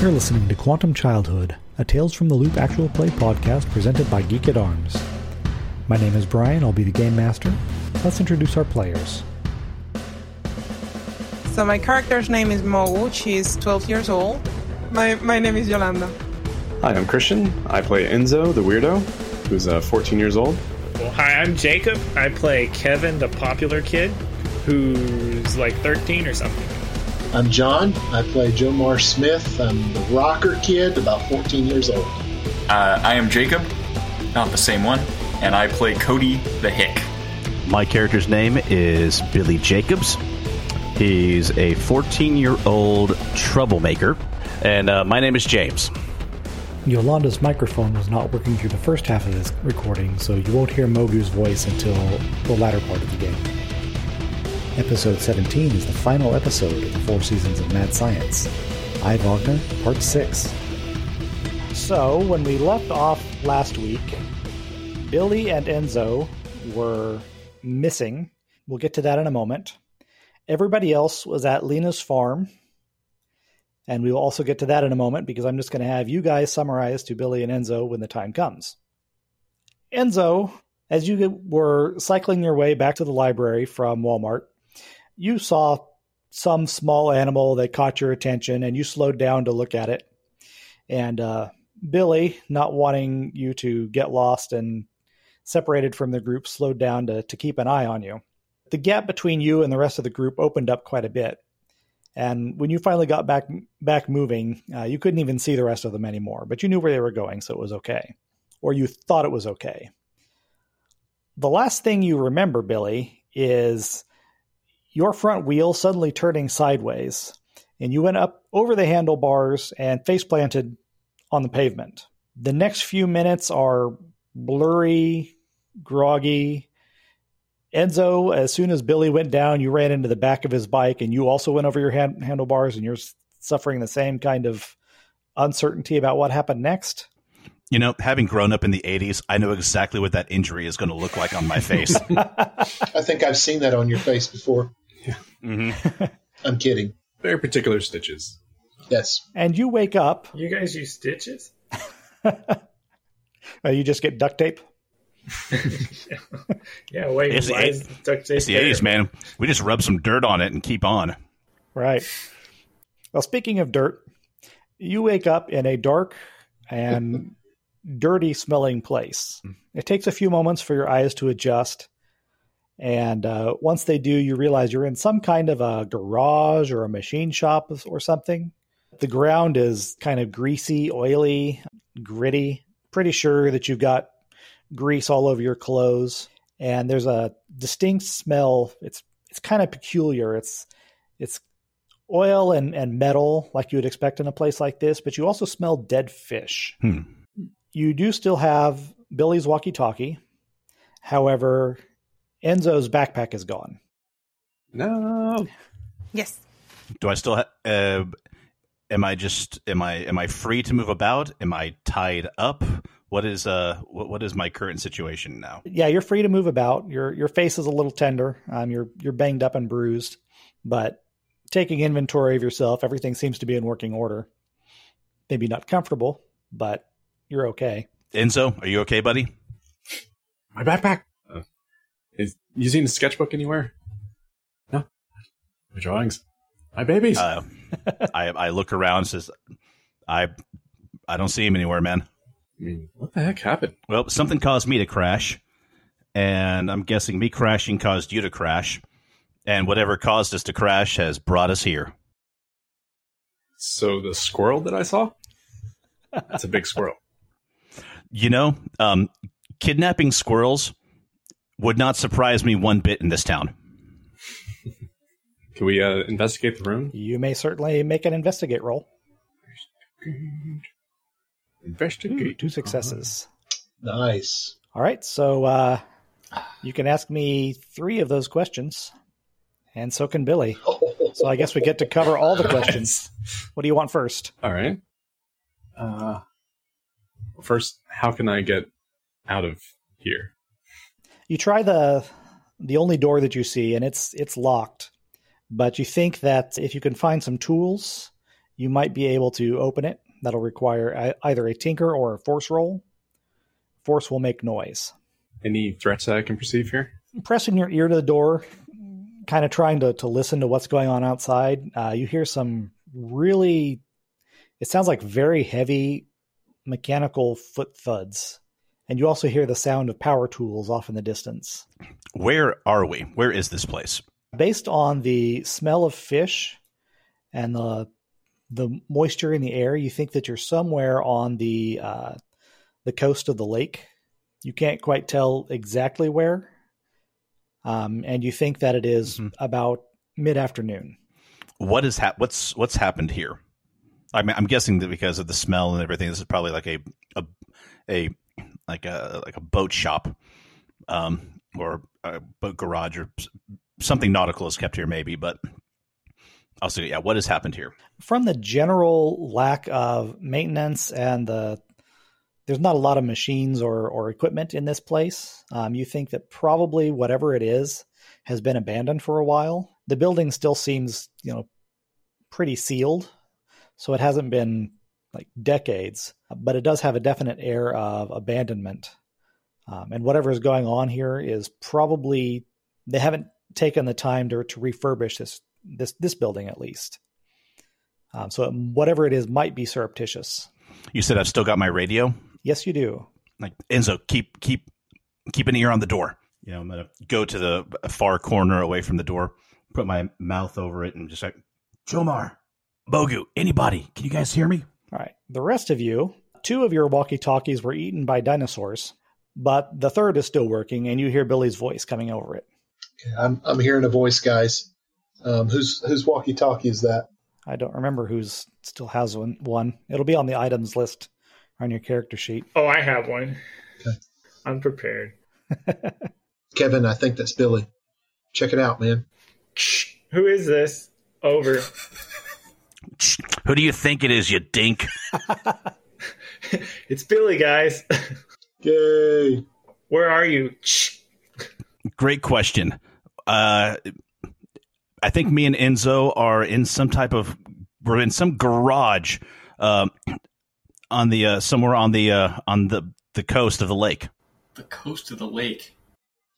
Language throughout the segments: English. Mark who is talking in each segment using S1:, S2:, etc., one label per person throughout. S1: You're listening to Quantum Childhood, a Tales from the Loop actual play podcast presented by Geek at Arms. My name is Brian, I'll be the game master. Let's introduce our players.
S2: So my character's name is Mo. She's 12 years old. My my name is Yolanda.
S3: Hi, I'm Christian. I play Enzo, the weirdo, who's uh, 14 years old.
S4: Well, hi, I'm Jacob. I play Kevin, the popular kid, who's like 13 or something.
S5: I'm John. I play Jomar Smith. I'm the rocker kid, about 14 years old.
S6: Uh, I am Jacob, not the same one, and I play Cody the Hick.
S7: My character's name is Billy Jacobs. He's a 14 year old troublemaker. And uh, my name is James.
S1: Yolanda's microphone was not working through the first half of this recording, so you won't hear Mogu's voice until the latter part of the game. Episode 17 is the final episode of the four seasons of Mad Science. I, Wagner, Part 6. So, when we left off last week, Billy and Enzo were missing. We'll get to that in a moment. Everybody else was at Lena's farm, and we will also get to that in a moment because I'm just going to have you guys summarize to Billy and Enzo when the time comes. Enzo, as you were cycling your way back to the library from Walmart, you saw some small animal that caught your attention and you slowed down to look at it. And uh, Billy, not wanting you to get lost and separated from the group, slowed down to, to keep an eye on you. The gap between you and the rest of the group opened up quite a bit. And when you finally got back back moving, uh, you couldn't even see the rest of them anymore. But you knew where they were going, so it was okay, or you thought it was okay. The last thing you remember, Billy, is your front wheel suddenly turning sideways, and you went up over the handlebars and face planted on the pavement. The next few minutes are blurry, groggy, Enzo, as soon as Billy went down, you ran into the back of his bike and you also went over your hand, handlebars and you're s- suffering the same kind of uncertainty about what happened next.
S7: You know, having grown up in the 80s, I know exactly what that injury is going to look like on my face.
S5: I think I've seen that on your face before.
S7: Mhm.
S5: I'm kidding.
S3: Very particular stitches.
S5: Yes.
S1: And you wake up,
S4: You guys use stitches?
S1: uh, you just get duct tape.
S4: Yeah, wait,
S7: It's the
S4: why
S7: eight-
S4: is duct tape
S7: It's the
S4: there?
S7: 80s, man. We just rub some dirt on it and keep on.
S1: Right. Well, speaking of dirt, you wake up in a dark and dirty smelling place. It takes a few moments for your eyes to adjust. And uh, once they do, you realize you're in some kind of a garage or a machine shop or something. The ground is kind of greasy, oily, gritty. Pretty sure that you've got grease all over your clothes. And there's a distinct smell. It's it's kind of peculiar. It's it's oil and, and metal like you would expect in a place like this, but you also smell dead fish.
S7: Hmm.
S1: You do still have Billy's walkie talkie. However, Enzo's backpack is gone.
S3: No.
S2: Yes.
S7: Do I still ha- uh, am I just am I am I free to move about? Am I tied up? What is uh what, what is my current situation now?
S1: Yeah, you're free to move about. Your your face is a little tender. Um, you're you're banged up and bruised, but taking inventory of yourself, everything seems to be in working order. Maybe not comfortable, but you're okay.
S7: Enzo, are you okay, buddy?
S3: My backpack. Uh, is you seen a sketchbook anywhere? No. My drawings. My babies.
S7: Uh, I I look around says I I don't see him anywhere, man.
S3: I mean, what the heck happened?
S7: Well, something caused me to crash, and I'm guessing me crashing caused you to crash, and whatever caused us to crash has brought us here.
S3: So the squirrel that I saw? That's a big squirrel.
S7: You know, um, kidnapping squirrels would not surprise me one bit in this town.
S3: Can we uh, investigate the room?
S1: You may certainly make an investigate roll.
S3: Investigate.
S1: Ooh, two successes.
S5: Nice.
S1: All right, so uh, you can ask me three of those questions, and so can Billy. So I guess we get to cover all the questions. What do you want first?
S3: Hmm. All right. Uh, first, how can I get out of here?
S1: You try the the only door that you see, and it's it's locked. But you think that if you can find some tools, You might be able to open it. That'll require ei- either a tinker or a force roll. Force will make noise.
S3: Any threats that I can perceive here?
S1: pressing your ear to the door, kind of trying to, to listen to what's going on outside, uh, you hear some really, it sounds like very heavy mechanical foot thuds. And you also hear the sound of power tools off in the distance.
S7: Where are we? Where is this place?
S1: Based on the smell of fish and the the moisture in the air, you think that you're somewhere on the uh, the coast of the lake. You can't quite tell exactly where, um, and you think that it is
S7: Mhm.
S1: about mid afternoon.
S7: What is hap what's what's happened here? I mean, I'm guessing that because of the smell and everything, this is probably like a a, a like a like a boat shop, um, or a boat garage or s- something nautical is kept here, maybe. But also, yeah, what has happened here?
S1: From the general lack of maintenance and the there's not a lot of machines or, or equipment in this place. Um, you think that probably whatever it is has been abandoned for a while. The building still seems, you know, pretty sealed, so it hasn't been like decades, but it does have a definite air of abandonment. Um, and whatever is going on here is probably they haven't taken the time to, to refurbish this this this building at least. Um, so whatever it is might be surreptitious.
S7: You said I've still got my radio.
S1: Yes, you do.
S7: like Enzo, keep keep keep an ear on the door. You know, I'm gonna go to the far corner away from the door, put my mouth over it, and just like Jomar, Bogu, anybody, can you guys hear me?
S1: All right. The rest of you, two of your walkie talkies were eaten by dinosaurs, but the third is still working, and you hear Billy's voice coming over it.
S5: Okay, I'm, I'm hearing a voice, guys. Um, who's whose walkie-talkie is that?
S1: I don't remember who's still has one. one. It'll be on the items list on your character sheet.
S4: Oh, I have one. I'm prepared.
S5: Kevin, I think that's Billy. Check it out, man.
S4: Who is this? Over.
S7: Who do you think it is, you dink?
S4: It's Billy, guys.
S5: Yay!
S4: Where are you?
S7: Great question. Uh, I think me and Enzo are in some type of we're in some garage um, on the uh, somewhere on the uh, on the the coast of the lake.
S6: The coast of the lake.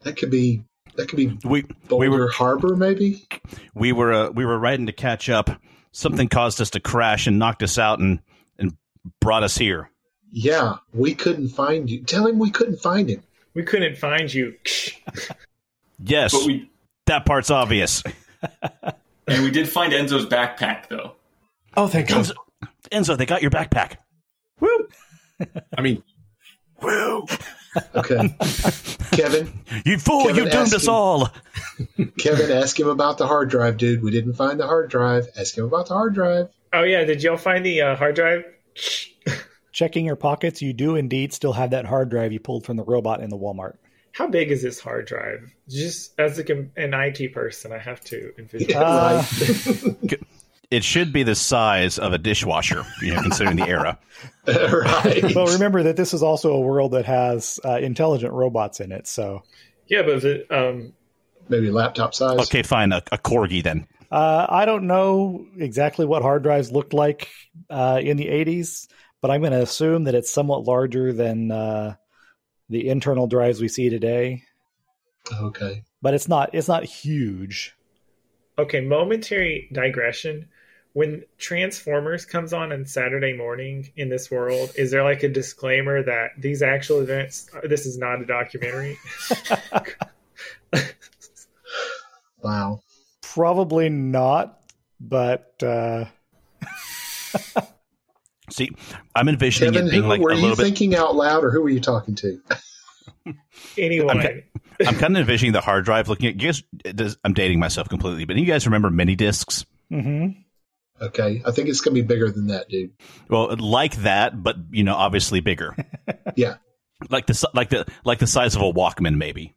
S5: That could be that could be
S7: We
S5: Boulder
S7: we were
S5: Harbor, maybe.
S7: we were uh, we were riding to catch up. Something caused us to crash and knocked us out and and brought us here.
S5: Yeah, we couldn't find you. Tell him we couldn't find him.
S4: We couldn't find you.
S7: Yes,
S6: But we
S7: that part's obvious.
S6: and we did find Enzo's backpack though.
S3: Oh, thank
S7: Enzo, Enzo, they got your backpack.
S3: I mean,
S7: Woo!
S5: Okay, Kevin.
S7: You fool!
S5: Kevin
S7: you doomed
S5: asked
S7: us
S5: him-
S7: all.
S5: Kevin, ask him about the hard drive, dude. We didn't find the hard drive. Ask him about the hard drive.
S4: Oh yeah, did y'all find the uh, hard drive?
S1: Checking your pockets, you do indeed still have that hard drive you pulled from the robot in the Walmart.
S4: How big is this hard drive? Just as a, com- an IT person, I have to envision.
S1: Uh,
S7: It should be the size of a dishwasher, you know, considering the era.
S5: right.
S1: but remember that this is also a world that has uh, intelligent robots in it. So
S4: Yeah, but the, um,
S5: Maybe laptop size.
S7: Okay, fine, a, a corgi then.
S1: Uh, I don't know exactly what hard drives looked like uh, in the 80s, but I'm going to assume that it's somewhat larger than uh, the internal drives we see today.
S5: Okay.
S1: But it's not it's not huge.
S4: okay, momentary digression. When Transformers comes on on Saturday morning in this world, is there like a disclaimer that these actual events? uh, This is not a documentary.
S5: Wow.
S1: Probably not, but uh,
S7: See, I'm envisioning
S5: Kevin,
S7: it being
S5: who
S7: like a
S5: were you
S7: little bit.
S5: thinking out loud, or who were you talking to?
S4: Anyone?
S7: I'm- I'm kind of envisioning the hard drive looking at you guys. it does- I'm dating myself completely, but you guys remember mini discs?
S1: mhm.
S5: Okay, I think it's gonna be bigger than that, dude.
S7: Well, like that, but you know, obviously bigger.
S5: Yeah.
S7: like the si- like the like the size of a Walkman, maybe.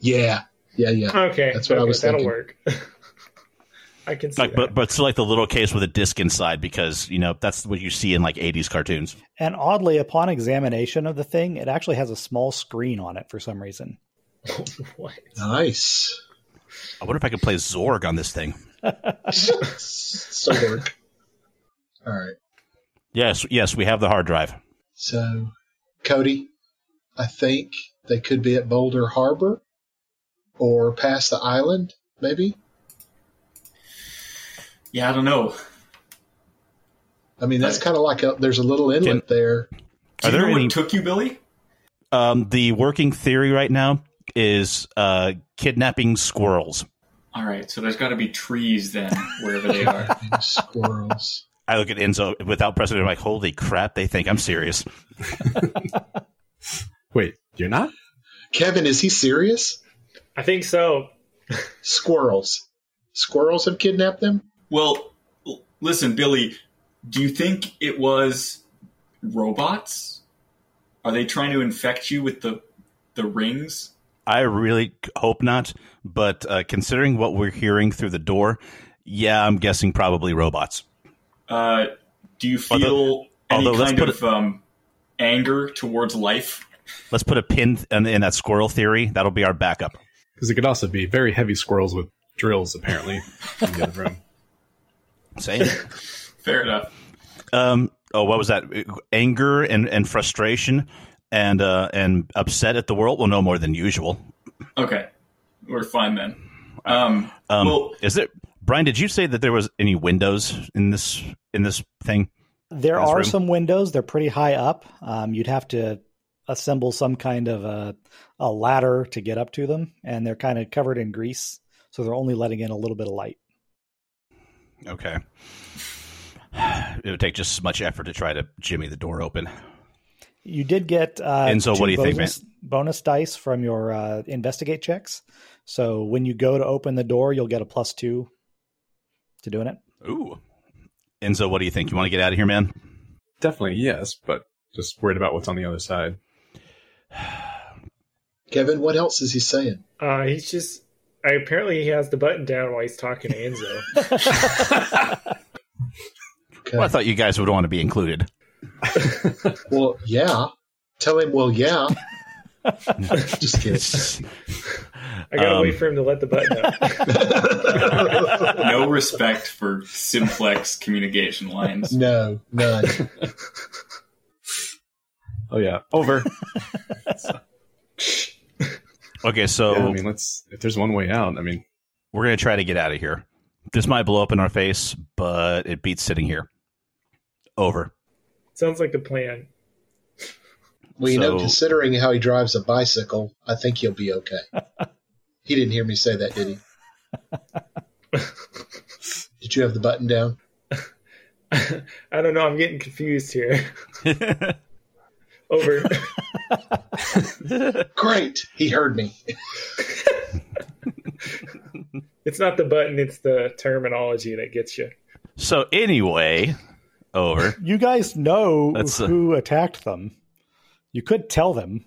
S5: Yeah. Yeah. Yeah.
S4: Okay,
S5: That's what I
S4: okay,
S5: was
S4: that'll
S5: thinking.
S4: work. I can see
S7: Like,
S4: that.
S7: but but still like the little case with a disc inside because you know that's what you see in like '80s cartoons.
S1: And oddly, upon examination of the thing, it actually has a small screen on it for some reason.
S4: what?
S5: Nice.
S7: I wonder if I could play Zorg on this thing.
S5: so work. All right.
S7: Yes, yes, we have the hard drive.
S5: So, Cody, I think they could be at Boulder Harbor or past the island, maybe.
S6: Yeah, I don't know.
S5: I mean, that's kind of like a, there's a little inlet there.
S6: Do you
S7: Are there
S6: know
S7: any-
S6: what took you, Billy?
S7: Um, the working theory right now is uh, kidnapping squirrels.
S6: All right, so there's got to be trees then, wherever they are.
S5: And squirrels.
S7: I look at Enzo without precedent. I'm like, holy crap! They think I'm serious.
S3: Wait, you're not?
S5: Kevin, is he serious?
S4: I think so.
S5: Squirrels. Squirrels have kidnapped them?
S6: Well, l- listen, Billy, do you think it was robots? Are they trying to infect you with the the rings?
S7: I really c- hope not, but uh, considering what we're hearing through the door, yeah, I'm guessing probably robots.
S6: Uh, do you feel
S7: Although-
S6: any
S7: although let's
S6: kind
S7: put
S6: of um, anger towards life?
S7: Let's put a pin th- in, in that squirrel theory. That'll be our backup.
S3: Because it could also be very heavy squirrels with drills, apparently, in the other room.
S7: Same.
S6: Fair enough.
S7: um, oh, what was that? Anger and, and frustration and uh, and upset at the world. Well, no more than usual.
S6: Okay, we're fine then. Um,
S7: Um,
S6: well,
S7: is it Brian? Did you say that there was any windows in this in this thing?
S8: There
S7: Nice
S8: are
S7: room.
S8: some windows. They're pretty high up. Um, you'd have to assemble some kind of a, a ladder to get up to them, and they're kind of covered in grease, so they're only letting in a little bit of light.
S7: Okay. It would take just as much effort to try to jimmy the door open.
S8: You did get uh,
S7: Enzo, what
S8: two
S7: do you think,
S8: bonus, bonus dice from your uh, investigate checks. So when you go to open the door, you'll get a plus two to doing it.
S7: Ooh. Enzo, what do you think? You want to get out of here, man?
S3: Definitely yes, but just worried about what's on the other side.
S5: Kevin, what else is he saying?
S4: Uh, he's just I, apparently he has the button down while he's talking to Enzo.
S5: Okay.
S7: Well, I thought you guys would want to be included.
S5: Well, yeah. Tell him, well, yeah. Just kidding.
S4: I gotta
S7: Um,
S4: wait for him to let the button up.
S6: no respect for simplex communication lines.
S5: No, none.
S3: Oh yeah, over.
S7: Okay, so
S3: Yeah, I mean, let's. If there's one way out, I mean,
S7: we're gonna try to get out of here. This might blow up in our face, but it beats sitting here. Over.
S4: Sounds like the plan.
S5: Well, you know,
S7: So-
S5: considering how he drives a bicycle, I think he'll be okay. he didn't hear me say that, did he? did you have the button down?
S4: I don't know. I'm getting confused here. Over.
S5: Great. He heard me.
S4: it's not the button. It's the terminology that gets you.
S7: So anyway, over.
S8: You guys know
S7: That's, uh,
S8: who attacked them. You could tell them.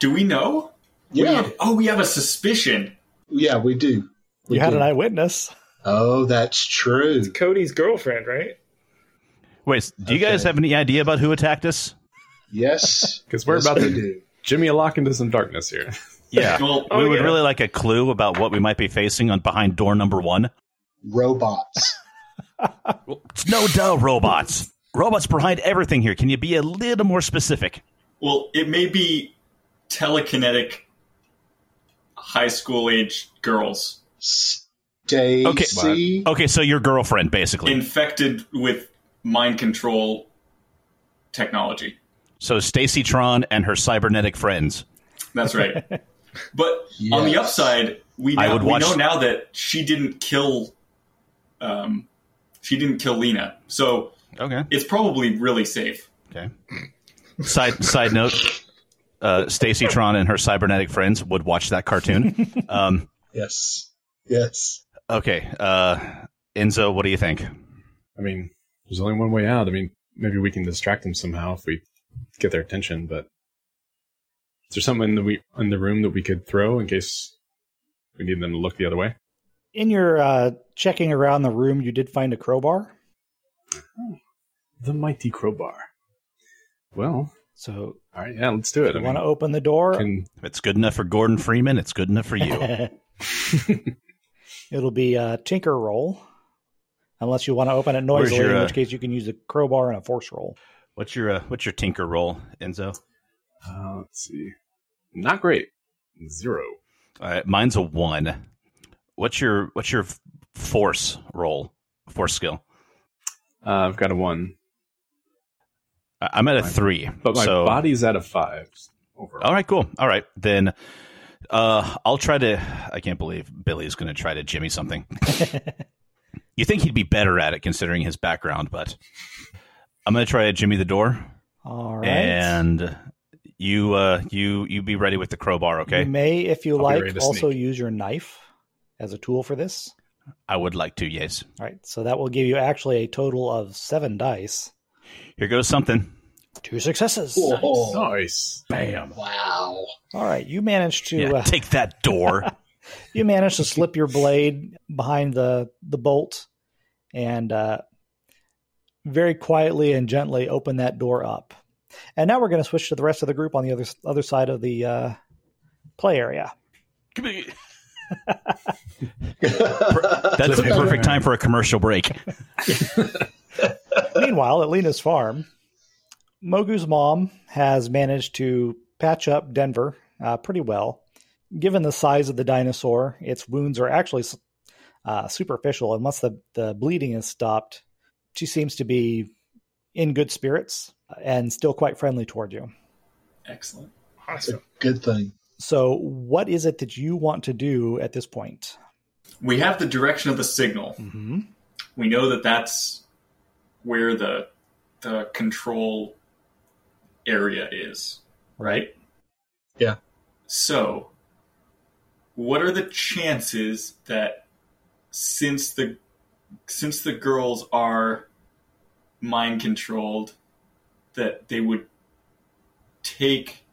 S6: Do we know?
S5: Yeah.
S6: We- oh, we have a suspicion.
S5: yeah, we do. We
S8: You had
S5: do.
S8: an eyewitness.
S5: Oh, that's true.
S4: Cody's girlfriend, right?
S7: Wait, do you guys
S5: Okay.
S7: have any idea about who attacked us?
S5: Yes.
S3: because we're
S5: Yes,
S3: about
S5: we
S3: to
S5: do.
S3: jimmy a lock into some darkness here.
S7: Yeah.
S6: Well,
S7: we
S4: Oh,
S7: would
S4: yeah.
S7: really like a clue about what we might be facing on behind door number one.
S5: Robots.
S7: It's no duh, robots. robots behind everything here. Can you be a little more specific?
S6: well, it may be telekinetic high school age girls
S5: Stacy.
S7: Okay, so your girlfriend, basically.
S6: infected with mind control technology.
S7: so Stacy Tron and her cybernetic friends.
S6: That's right. but on the
S5: Yes.
S6: upside, we
S7: I
S6: know,
S7: would
S6: we
S7: watch-
S6: know now that she didn't kill, um, she didn't kill Lena, so
S7: Okay.
S6: it's probably really safe.
S7: Okay. Side side note: uh, Stacy Tron and her cybernetic friends would watch that cartoon. Um,
S5: Yes. Yes.
S7: okay, uh, Enzo, what do you think?
S3: I mean, there's only one way out. I mean, maybe we can distract them somehow if we get their attention. But is there something that we in the room that we could throw in case we need them to look the other way?
S8: In your uh, checking around the room, you did find a crowbar.
S3: The mighty crowbar. Well,
S8: So
S3: all right, yeah, let's do it. I
S8: you want to
S3: mean,
S8: open the door.
S3: can,
S7: If it's good enough for Gordon Freeman, it's good enough for you.
S8: It'll be a tinker roll.
S1: Unless you want to open it noisily,
S7: your,
S1: in
S7: uh,
S1: which case you can use a crowbar and a force roll.
S7: What's your uh, what's your tinker roll, Enzo?
S3: Uh, let's see. Not great. Zero.
S7: All right, mine's a one. What's your what's your f- force roll? Force skill.
S3: Uh, I've got a one,
S7: I- I'm at a
S3: My-
S7: three,
S3: but my
S7: so-
S3: body's at a five overall.
S7: All right, cool. All right, then uh, I'll try to. I can't believe Billy's going to try to jimmy something. you think he'd be better at it considering his background, but I'm going to try to jimmy the door,
S1: All right.
S7: and you uh, you you be ready with the crowbar, okay?
S1: You may, if you
S3: I'll be ready
S1: like,
S3: to
S1: also
S3: sneak.
S1: use your knife as a tool for this.
S7: I would like to. Yes.
S1: All right. So that will give you actually a total of seven dice.
S7: Here goes something.
S1: Two successes.
S5: Whoa.
S3: Oh. Nice. Bam.
S5: Wow.
S1: All right. You managed to
S7: Yeah,
S1: uh,
S7: take that door.
S1: you managed to slip your blade behind the the bolt and uh, very quietly and gently open that door up. And now we're going to switch to the rest of the group on the other other side of the uh, play area.
S7: Come here. That's
S5: That's
S7: a perfect time for a commercial break.
S1: Meanwhile, at Lena's farm, Mogu's mom has managed to patch up Denver uh, pretty well. Given the size of the dinosaur, its wounds are actually uh, superficial, and once the, the bleeding is stopped, she seems to be in good spirits and still quite friendly toward you.
S6: Excellent.
S4: Awesome.
S5: Good thing.
S1: So, what is it that you want to do at this point?
S6: We have the direction of the signal.
S1: Mm-hmm.
S6: We know that that's where the the control area is, right?
S5: Yeah.
S6: So, what are the chances that since the since the girls are mind controlled that they would take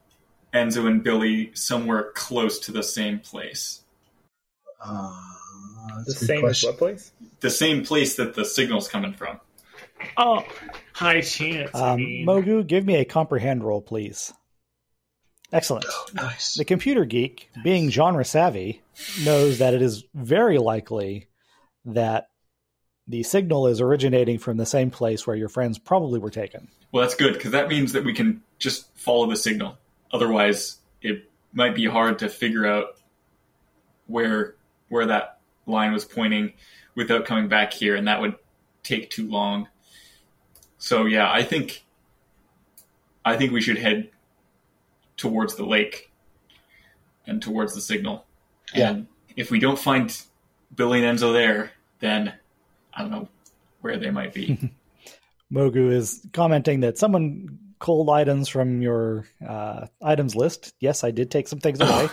S6: Enzo and Billy somewhere close to the same place?
S5: Uh,
S4: The
S5: that's a good
S4: same as
S5: question.
S4: what place?
S6: The same place that the signal's coming from.
S4: Oh, high chance. I
S1: Um,
S4: mean,
S1: Mogu, give me a comprehend roll, please. Excellent.
S5: Nice.
S1: The computer geek, being genre savvy, knows that it is very likely that the signal is originating from the same place where your friends probably were taken.
S6: Well, that's good because that means that we can just follow the signal. Otherwise, it might be hard to figure out where where that line was pointing without coming back here, and that would take too long. So yeah, I think I think we should head towards the lake and towards the signal.
S5: Yeah.
S6: And if we don't find Billy and Enzo there, then I don't know where they might be.
S1: Mogu is commenting that someone culled items from your uh, items list. Yes, I did take some things away.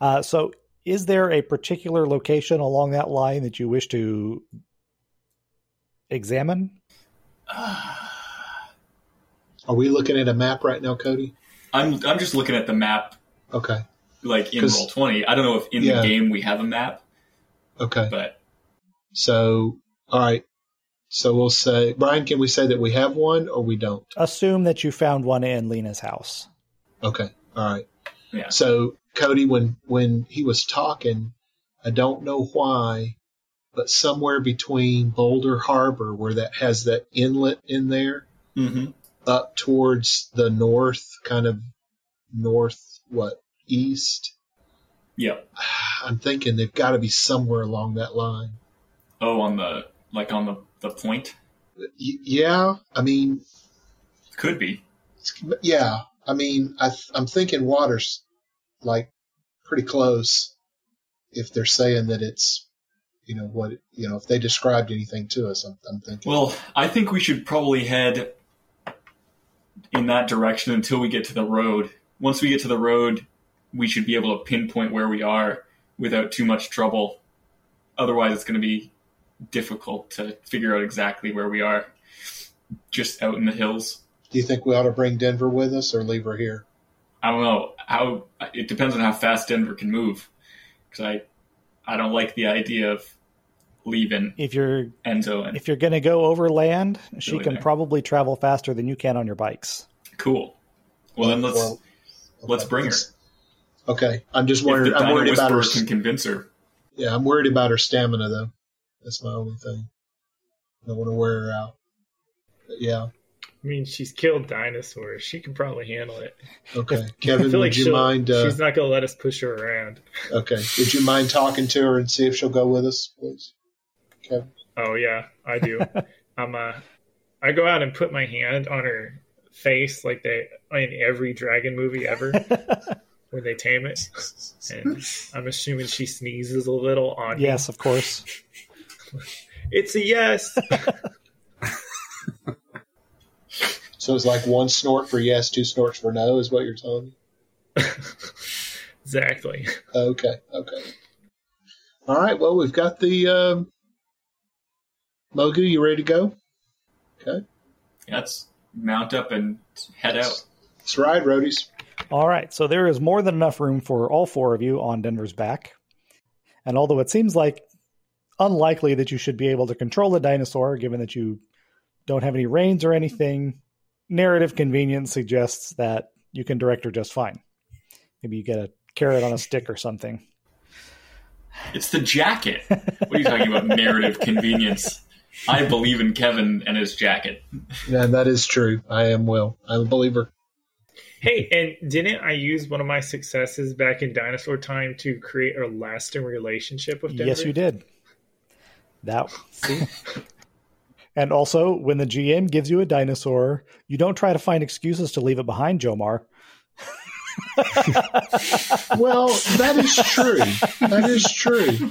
S1: Uh, so, is there a particular location along that line that you wish to examine?
S5: Are we looking at a map right now, Cody?
S6: I'm I'm just looking at the map
S5: Okay.
S6: like in
S5: 'Cause-
S6: roll twenty. I don't know if in
S5: Yeah.
S6: the game we have a map,
S5: Okay.
S6: but
S5: So, all right. So we'll say, Brian, can we say that we have one or we don't?
S1: Assume that you found one in Lena's house.
S5: Okay. All right.
S6: Yeah.
S5: So Cody, when when he was talking, I don't know why, but somewhere between Boulder Harbor, where that has that inlet in there, Mm-hmm.
S6: Mhm.
S5: up towards the north, kind of north, what east?
S6: yeah.
S5: I'm thinking they've got to be somewhere along that line.
S6: Oh, on the like on the the point
S5: Y- yeah. I mean,
S6: could be.
S5: But yeah, I mean, I th- I'm thinking water's like pretty close. If they're saying that it's, you know, what you know, if they described anything to us, I'm, I'm thinking.
S6: Well, I think we should probably head in that direction until we get to the road. Once we get to the road, we should be able to pinpoint where we are without too much trouble. Otherwise, it's going to be difficult to figure out exactly where we are just out in the hills.
S5: Do you think we ought to bring Denver with us or leave her here?
S6: I don't know how. It depends on how fast Denver can move, because I, I don't like the idea of leaving
S1: If you're
S6: Enzo and
S1: if you're going to go over land, she
S6: Really
S1: can
S6: there.
S1: probably travel faster than you can on your bikes.
S6: cool. Well, then let's.
S5: Well,
S6: let's bring her.
S5: Okay, I'm just
S6: if
S5: worried.
S6: the
S5: I'm
S6: Dino
S5: worried about her.
S6: Whisperer can convince her,
S5: Yeah, I'm worried about her stamina though. That's my only thing. Don't want to wear her out. But yeah.
S4: I mean, she's killed dinosaurs. She can probably handle it.
S5: Okay. Kevin,
S4: I feel
S5: would
S4: like
S5: you
S4: she'll-
S5: mind? Uh,
S4: she's not going to let us push her around.
S5: okay. Would you mind talking to her and see if she'll go with us, please? Kevin.
S4: Oh yeah, I do. I'm uh, I go out and put my hand on her face like they in every dragon movie ever when they tame it, and I'm assuming she sneezes a little on. me.
S1: yes, of course.
S4: It's a yes.
S5: So it's like one snort for yes, two snorts for no, is what you're telling me.
S4: exactly.
S5: Okay. Okay. All right. Well, we've got the um, Mogu. You ready to go?
S6: Let's mount up and head out.
S5: Let's ride, roadies.
S1: All right, so there is more than enough room for all four of you on Denver's back. And although it seems like unlikely that you should be able to control the dinosaur, given that you don't have any reins or anything, narrative convenience suggests that you can direct her just fine. Maybe you get a carrot on a stick or something.
S6: It's the jacket. What are you talking about? Narrative convenience. I believe in Kevin and his jacket.
S5: Yeah, that is true. I am Will. I'm a believer.
S4: Hey, and didn't I use one of my successes back in dinosaur time to create a lasting relationship with Denver?
S1: Yes, you did. That see. and also, when the GM gives you a dinosaur, you don't try to find excuses to leave it behind, Jomar.
S5: Well, that is true. that is true.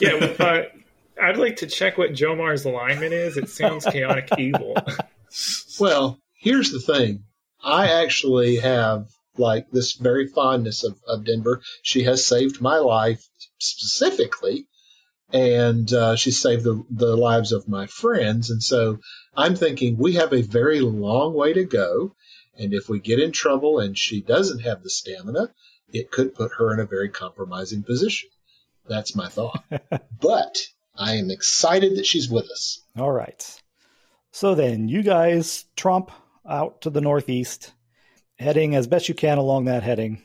S4: Yeah, but I'd like to check what Jomar's alignment is. It sounds chaotic evil.
S5: Well, here's the thing. I actually have like this very fondness of, of Denver. She has saved my life specifically, and uh, she saved the, the lives of my friends. And so I'm thinking we have a very long way to go. And if we get in trouble and she doesn't have the stamina, it could put her in a very compromising position. That's my thought. but I am excited that she's with us.
S1: All right. So then, you guys tromp out to the northeast, heading as best you can along that heading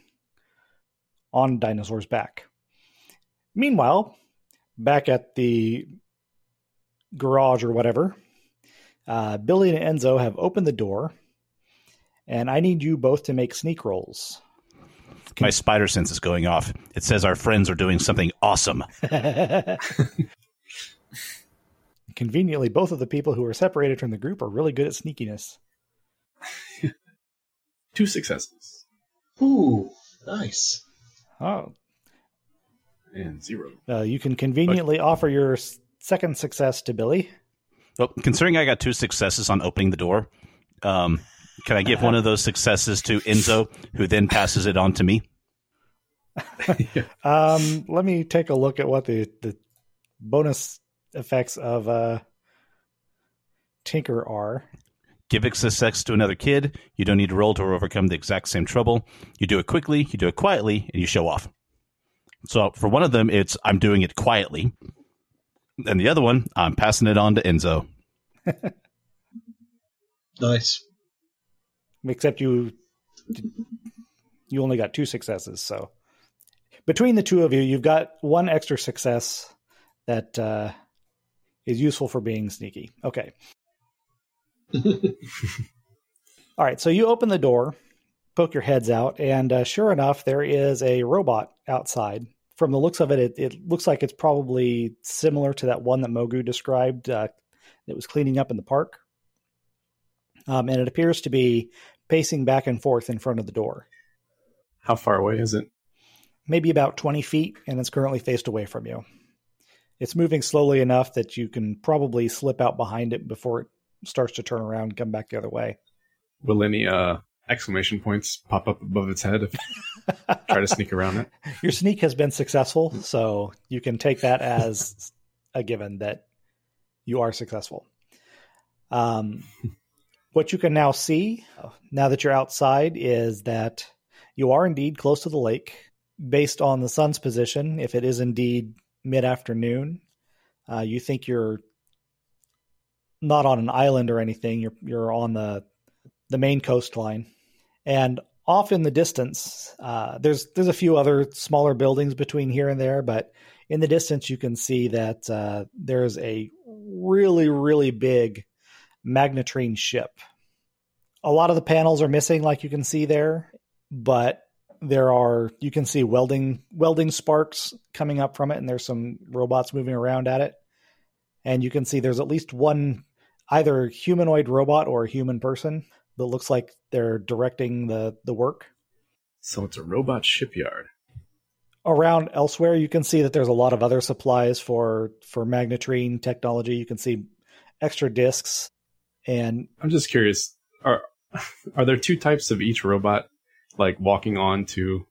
S1: on Dinosaur's back. Meanwhile, back at the garage or whatever, uh, Billy and Enzo have opened the door, and I need you both to make sneak rolls.
S7: My spider sense is going off. It says our friends are doing something awesome.
S1: Conveniently, both of the people who are separated from the group are really good at sneakiness.
S3: Two successes
S5: Ooh, nice.
S1: Oh,
S3: and zero.
S1: Uh, you can conveniently offer your s- second success to Billy.
S7: Well, considering I got two successes on opening the door, um, can I give one of those successes to Enzo, who then passes it on to me?
S1: Um, let me take a look at what the, the bonus effects of uh, Tinker are.
S7: Give success to another kid. You don't need to roll to overcome the exact same trouble. You do it quickly, you do it quietly, and you show off. So for one of them, it's I'm doing it quietly. And the other one, I'm passing it on to Enzo.
S5: Nice.
S1: Except you, you only got two successes. So between the two of you, you've got one extra success that uh, is useful for being sneaky. Okay. All right, so you open the door, poke your heads out, and uh, sure enough, there is a robot outside. From the looks of it, it, it looks like it's probably similar to that one that Mogu described uh, that was cleaning up in the park. Um, and it appears to be pacing back and forth in front of the door,
S3: How far away is it?
S1: maybe about 20 feet, and it's currently faced away from you. It's moving slowly enough that you can probably slip out behind it before it starts to turn around and come back the other way.
S3: Will any uh, exclamation points pop up above its head if I try to sneak around it?
S1: Your sneak has been successful, so you can take that as a given that you are successful. Um, what you can now see, now that you're outside, is that you are indeed close to the lake. Based on the sun's position, if it is indeed mid afternoon, uh, you think you're not on an island or anything. You're you're on the the main coastline, and off in the distance, uh, there's there's a few other smaller buildings between here and there, but in the distance you can see that uh, there's a really really big magnetrine ship. A lot of the panels are missing, like you can see there, but there are you can see welding welding sparks coming up from it, and there's some robots moving around at it, and you can see there's at least one either humanoid robot or a human person that looks like they're directing the the work
S3: So it's a robot shipyard.
S1: around elsewhere you can see that there's a lot of other supplies for for magnetrine technology you can see extra discs and
S3: I'm just curious are are there two types of each robot like walking on to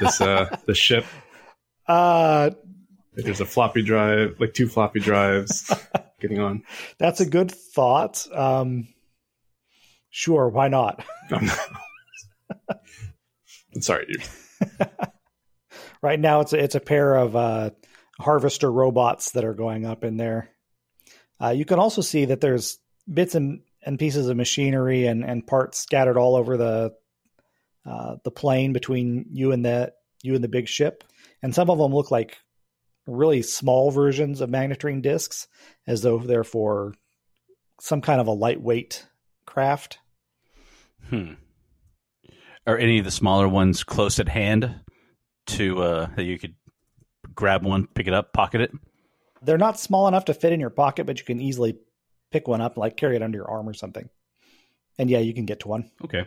S3: this uh the ship?
S1: uh
S3: Like there's a floppy drive, like two floppy drives getting on.
S1: that's a good thought um sure why not
S3: I'm, I'm sorry, dude.
S1: right now it's a, it's a pair of uh, harvester robots that are going up in there. Uh, you can also see that there's bits and, and pieces of machinery and, and parts scattered all over the uh, the plane between you and the you and the big ship, and some of them look like really small versions of magnetrine discs, as though they're for some kind of a lightweight craft.
S7: Hmm. Are any of the smaller ones close at hand to uh, that you could grab one, pick it up, pocket it?
S1: They're not small enough to fit in your pocket, but you can easily pick one up, like carry it under your arm or something. And yeah, you can get to one.
S7: Okay.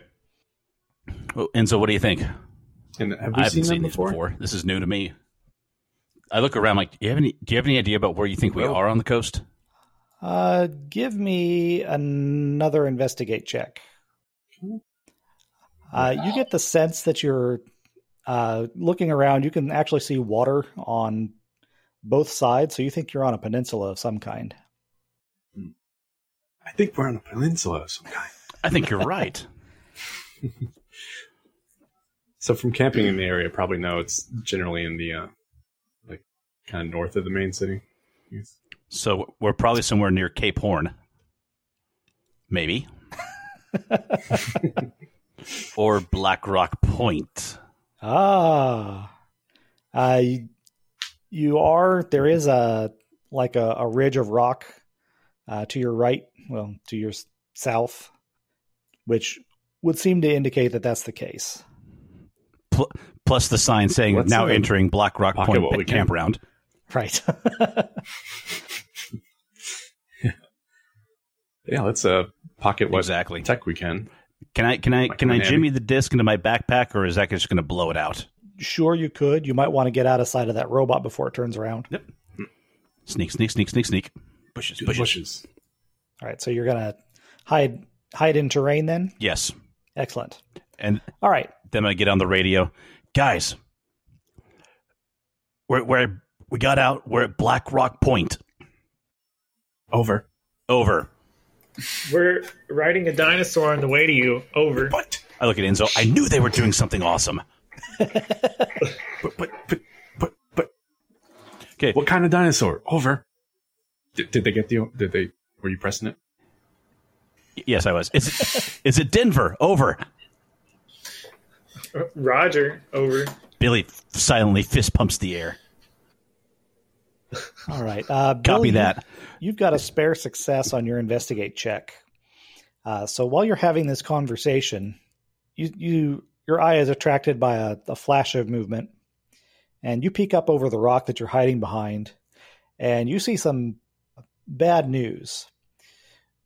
S7: Well, Enzo, what do you think?
S3: And have
S7: I
S3: we
S7: haven't
S3: seen,
S7: seen,
S3: them
S7: these
S3: before?
S7: before? This is new to me. I look around like, do you have any? Do you have any idea about where you think we
S3: Well-
S7: are on the coast?
S1: Uh, give me another investigate check. Uh, you get the sense that you're uh, looking around. You can actually see water on both sides, so you think you're on a peninsula of some kind.
S3: I think we're on a peninsula of some kind.
S7: I think you're right.
S3: So from camping in the area, probably know it's generally in the uh, like kind of north of the main city.
S7: So we're probably somewhere near Cape Horn. Maybe. or Black Rock Point.
S1: Ah, uh, you, you are. There is a like a, a ridge of rock uh, to your right, well, to your s- south, which would seem to indicate that that's the case.
S7: Pl- plus the sign saying
S3: Let's,
S7: now
S3: uh,
S7: entering Black Rock
S3: pocket
S7: Point
S3: what we can.
S7: campground.
S1: Right.
S3: Yeah, let's uh pocket what
S7: Exactly.
S3: tech we can.
S7: Can I can I
S3: Like
S7: can I
S3: my nanny.
S7: jimmy the disc into my backpack or is that just going to blow it out?
S1: sure you could. You might want to get out of sight of that robot before it turns around.
S7: Sneak sneak sneak sneak sneak. Bushes
S3: Do the
S7: bushes.
S3: bushes.
S1: All right, so you're gonna hide hide in terrain then.
S7: Yes.
S1: Excellent.
S7: And
S1: All right,
S7: then I get on the radio. Guys. We're, we're we got out. We're at Black Rock Point.
S3: Over.
S7: Over.
S4: We're riding a dinosaur on the way to you. Over.
S7: But I look at Enzo. I knew they were doing something awesome.
S3: But but but but but
S7: Okay.
S3: what kind of dinosaur? Over. Did, did they get the? Did they? Were you pressing it?
S7: Yes, I was. Is it, is it Denver? Over.
S4: Roger. Over.
S7: Billy silently fist pumps the air.
S1: all right. Uh, Bill,
S7: Copy
S1: you-
S7: that.
S1: You've got a spare success on your investigate check. Uh, so while you're having this conversation, you, you your eye is attracted by a, a flash of movement, and you peek up over the rock that you're hiding behind, and you see some bad news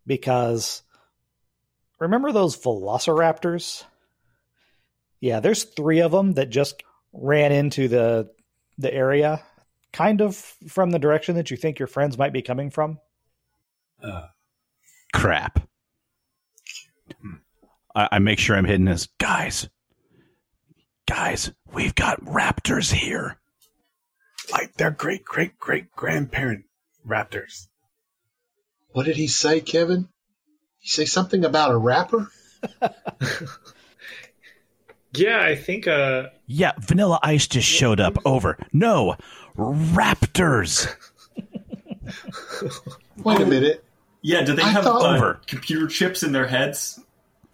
S1: because remember those velociraptors? Yeah, there's three of them that just ran into the the area kind of from the direction that you think your friends might be coming from.
S3: Uh,
S7: Crap. I, I make sure I'm hitting this. Guys, guys, we've got raptors here.
S3: like their great great great grandparent raptors.
S5: What did he say, Kevin? He say something about a rapper?
S4: Yeah, I think uh,
S7: Yeah, Vanilla Ice just showed up. Over. No, raptors.
S5: Wait a minute.
S6: Yeah, do they
S5: I
S6: have
S5: thought-
S6: uh,
S7: Over.
S6: computer chips in their heads?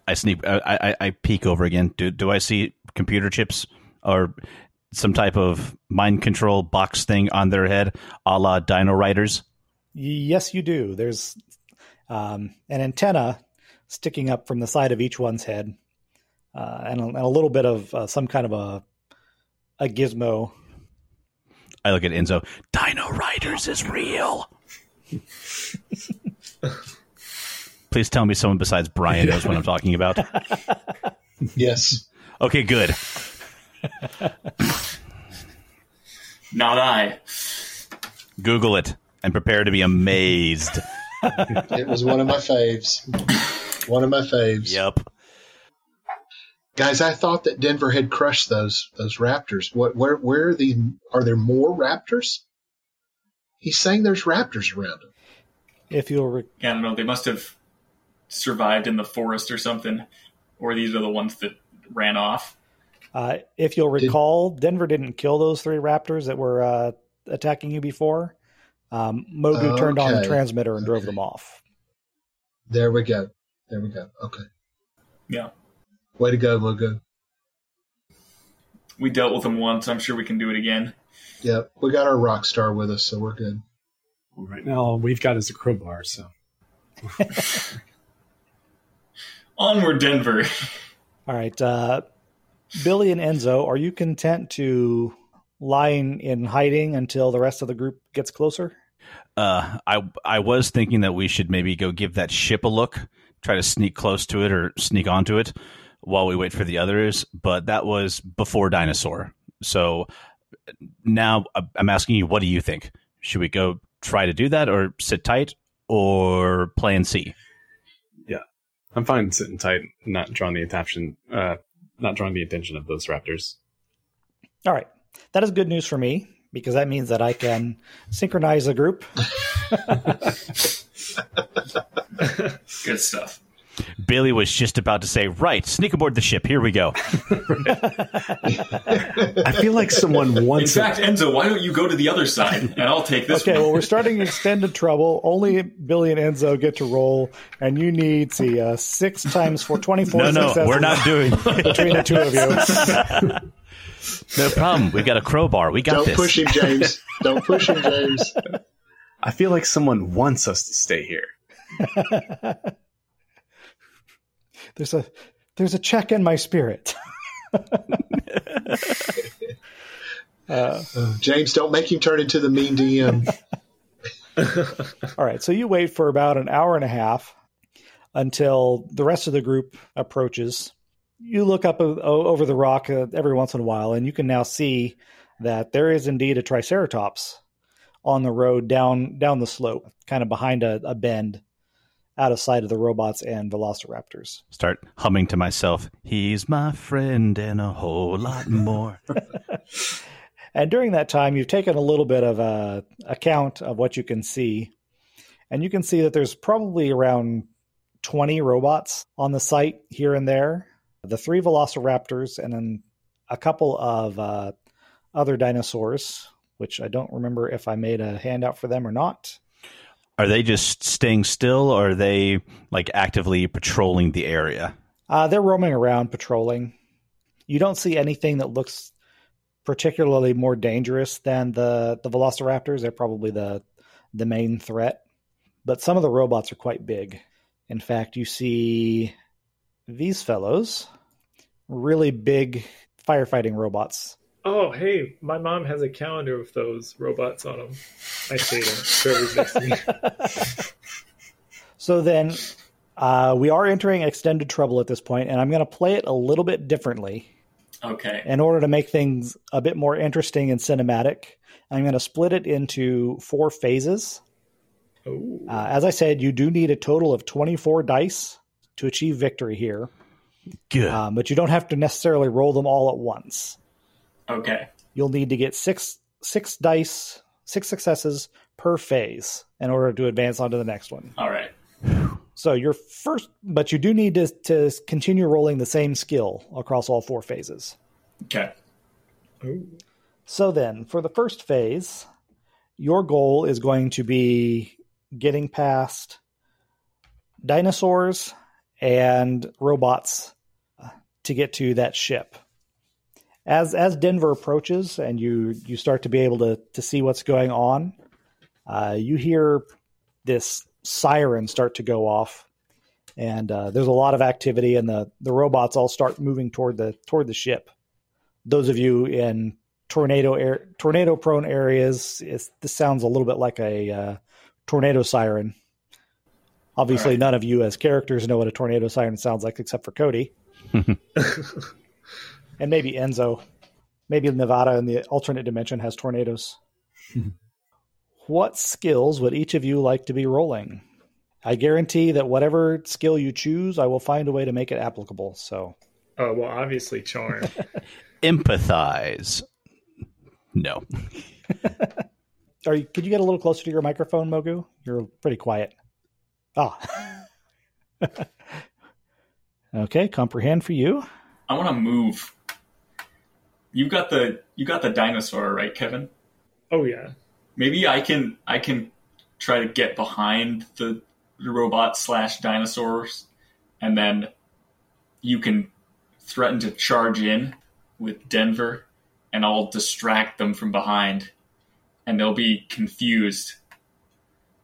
S7: I sneak. I, I, I peek over again. Do do I see computer chips or some type of mind control box thing on their head, a la Dino Riders?
S1: Yes, you do. There's um, an antenna sticking up from the side of each one's head, uh, and, a, and a little bit of uh, some kind of a a gizmo.
S7: I look at Enzo. Dino Riders is real. Please tell me someone besides Brian knows what I'm talking about.
S5: Yes.
S7: Okay, good.
S6: Not I.
S7: Google it and prepare to be amazed.
S5: It was one of my faves. One of my faves.
S7: Yep.
S5: Guys, I thought that Denver had crushed those those raptors. What where where are the are there more raptors? He's saying there's raptors around him.
S1: If you'll re-
S6: I don't know. They must have survived in the forest or something, or these are the ones that ran off.
S1: uh, if you'll
S5: Did-
S1: recall, Denver didn't kill those three raptors that were uh, attacking you before. Um, Mogu turned on the
S5: Okay.
S1: transmitter and drove
S5: Okay.
S1: them off.
S5: There we go. There we go. Okay.
S6: Yeah.
S5: Way to go, Mogo.
S6: We dealt with them once. I'm sure we can do it again.
S5: Yep. We got our rock star with us, so we're good.
S3: Well, right now, all we've got is a crowbar, so
S6: Onward, Denver.
S1: All right, uh, Billy and Enzo, are you content to lie in, in hiding until the rest of the group gets closer?
S7: Uh, I I was thinking that we should maybe go give that ship a look, try to sneak close to it or sneak onto it while we wait for the others. But that was before dinosaur. So now I- I'm asking you, what do you think? Should we go try to do that, or sit tight, or plan C?
S3: I'm fine sitting tight, and not drawing the attention, uh, not drawing the attention of those raptors.
S1: All right, that is good news for me because that means that I can synchronize the group.
S6: Good stuff.
S7: Bailey was just about to say, right, sneak aboard the ship. Here we go.
S3: I feel like someone
S6: In
S3: once.
S6: fact, Enzo, why don't you go to the other side and I'll take this
S1: Okay,
S6: one.
S1: well, we're starting extended trouble. Only Billy and Enzo get to roll, and you need see uh, six times four twenty four.
S7: No, no, we're not doing.
S1: between the two of you.
S7: No problem. We got a crowbar. We got
S5: Don't
S7: this.
S5: push him, James. Don't push him, James.
S3: I feel like someone wants us to stay here.
S1: There's a there's a check in my spirit. uh,
S5: Uh, James, don't make him turn into the mean DM.
S1: all right, so you wait for about an hour and a half until the rest of the group approaches. You look up o- o- over the rock uh, every once in a while, and you can now see that there is indeed a triceratops on the road down down the slope, kind of behind a, a bend, out of sight of the robots and velociraptors.
S7: Start humming to myself. He's my friend and a whole lot more.
S1: And during that time, you've taken a little bit of a account of what you can see, and you can see that there's probably around 20 robots on the site here and there. The three Velociraptors and then a couple of uh, other dinosaurs, which I don't remember if I made a handout for them or not.
S7: are they just staying still or are they like actively patrolling the area?
S1: Uh, they're roaming around patrolling. You don't see anything that looks particularly more dangerous than the the Velociraptors. They're probably the the main threat, but some of the robots are quite big. In fact, you see these fellows, really big firefighting robots.
S4: Oh, hey, my mom has a calendar with those robots on them. I see them. Trevor's next to me.
S1: So then, uh, we are entering extended trouble at this point, and I'm going to play it a little bit differently.
S6: Okay.
S1: in order to make things a bit more interesting and cinematic, I'm going to split it into four phases.
S4: Ooh.
S1: Uh, as I said, you do need a total of 24 dice to achieve victory here,
S7: Good.
S1: um, but you don't have to necessarily roll them all at once.
S6: Okay.
S1: You'll need to get six six dice, six successes per phase in order to advance onto the next one.
S6: All right.
S1: So your first, but you do need to, to continue rolling the same skill across all four phases.
S6: Okay.
S4: Ooh.
S1: So then, for the first phase, your goal is going to be getting past dinosaurs and robots uh, to get to that ship. As as Denver approaches and you you start to be able to to see what's going on, uh, you hear this siren start to go off, and uh, there's a lot of activity, and the the robots all start moving toward the toward the ship. Those of you in tornado air tornado prone areas, it's, this sounds a little bit like a uh, tornado siren. Obviously,
S6: All right.
S1: none of you as characters know what a tornado siren sounds like, except for Cody and maybe Enzo. Maybe Nevada in the alternate dimension has tornadoes. what skills would each of you like to be rolling? I guarantee that whatever skill you choose, I will find a way to make it applicable. So,
S4: Oh well, obviously charm.
S7: Empathize. No.
S1: are you, could you get a little closer to your microphone, Mogu? You're pretty quiet. Ah. okay, comprehend for you.
S6: I want to move. You got the you got the dinosaur right, Kevin.
S4: oh yeah.
S6: Maybe I can I can try to get behind the robot slash dinosaurs, and then you can threaten to charge in with Denver, and I'll distract them from behind, and they'll be confused.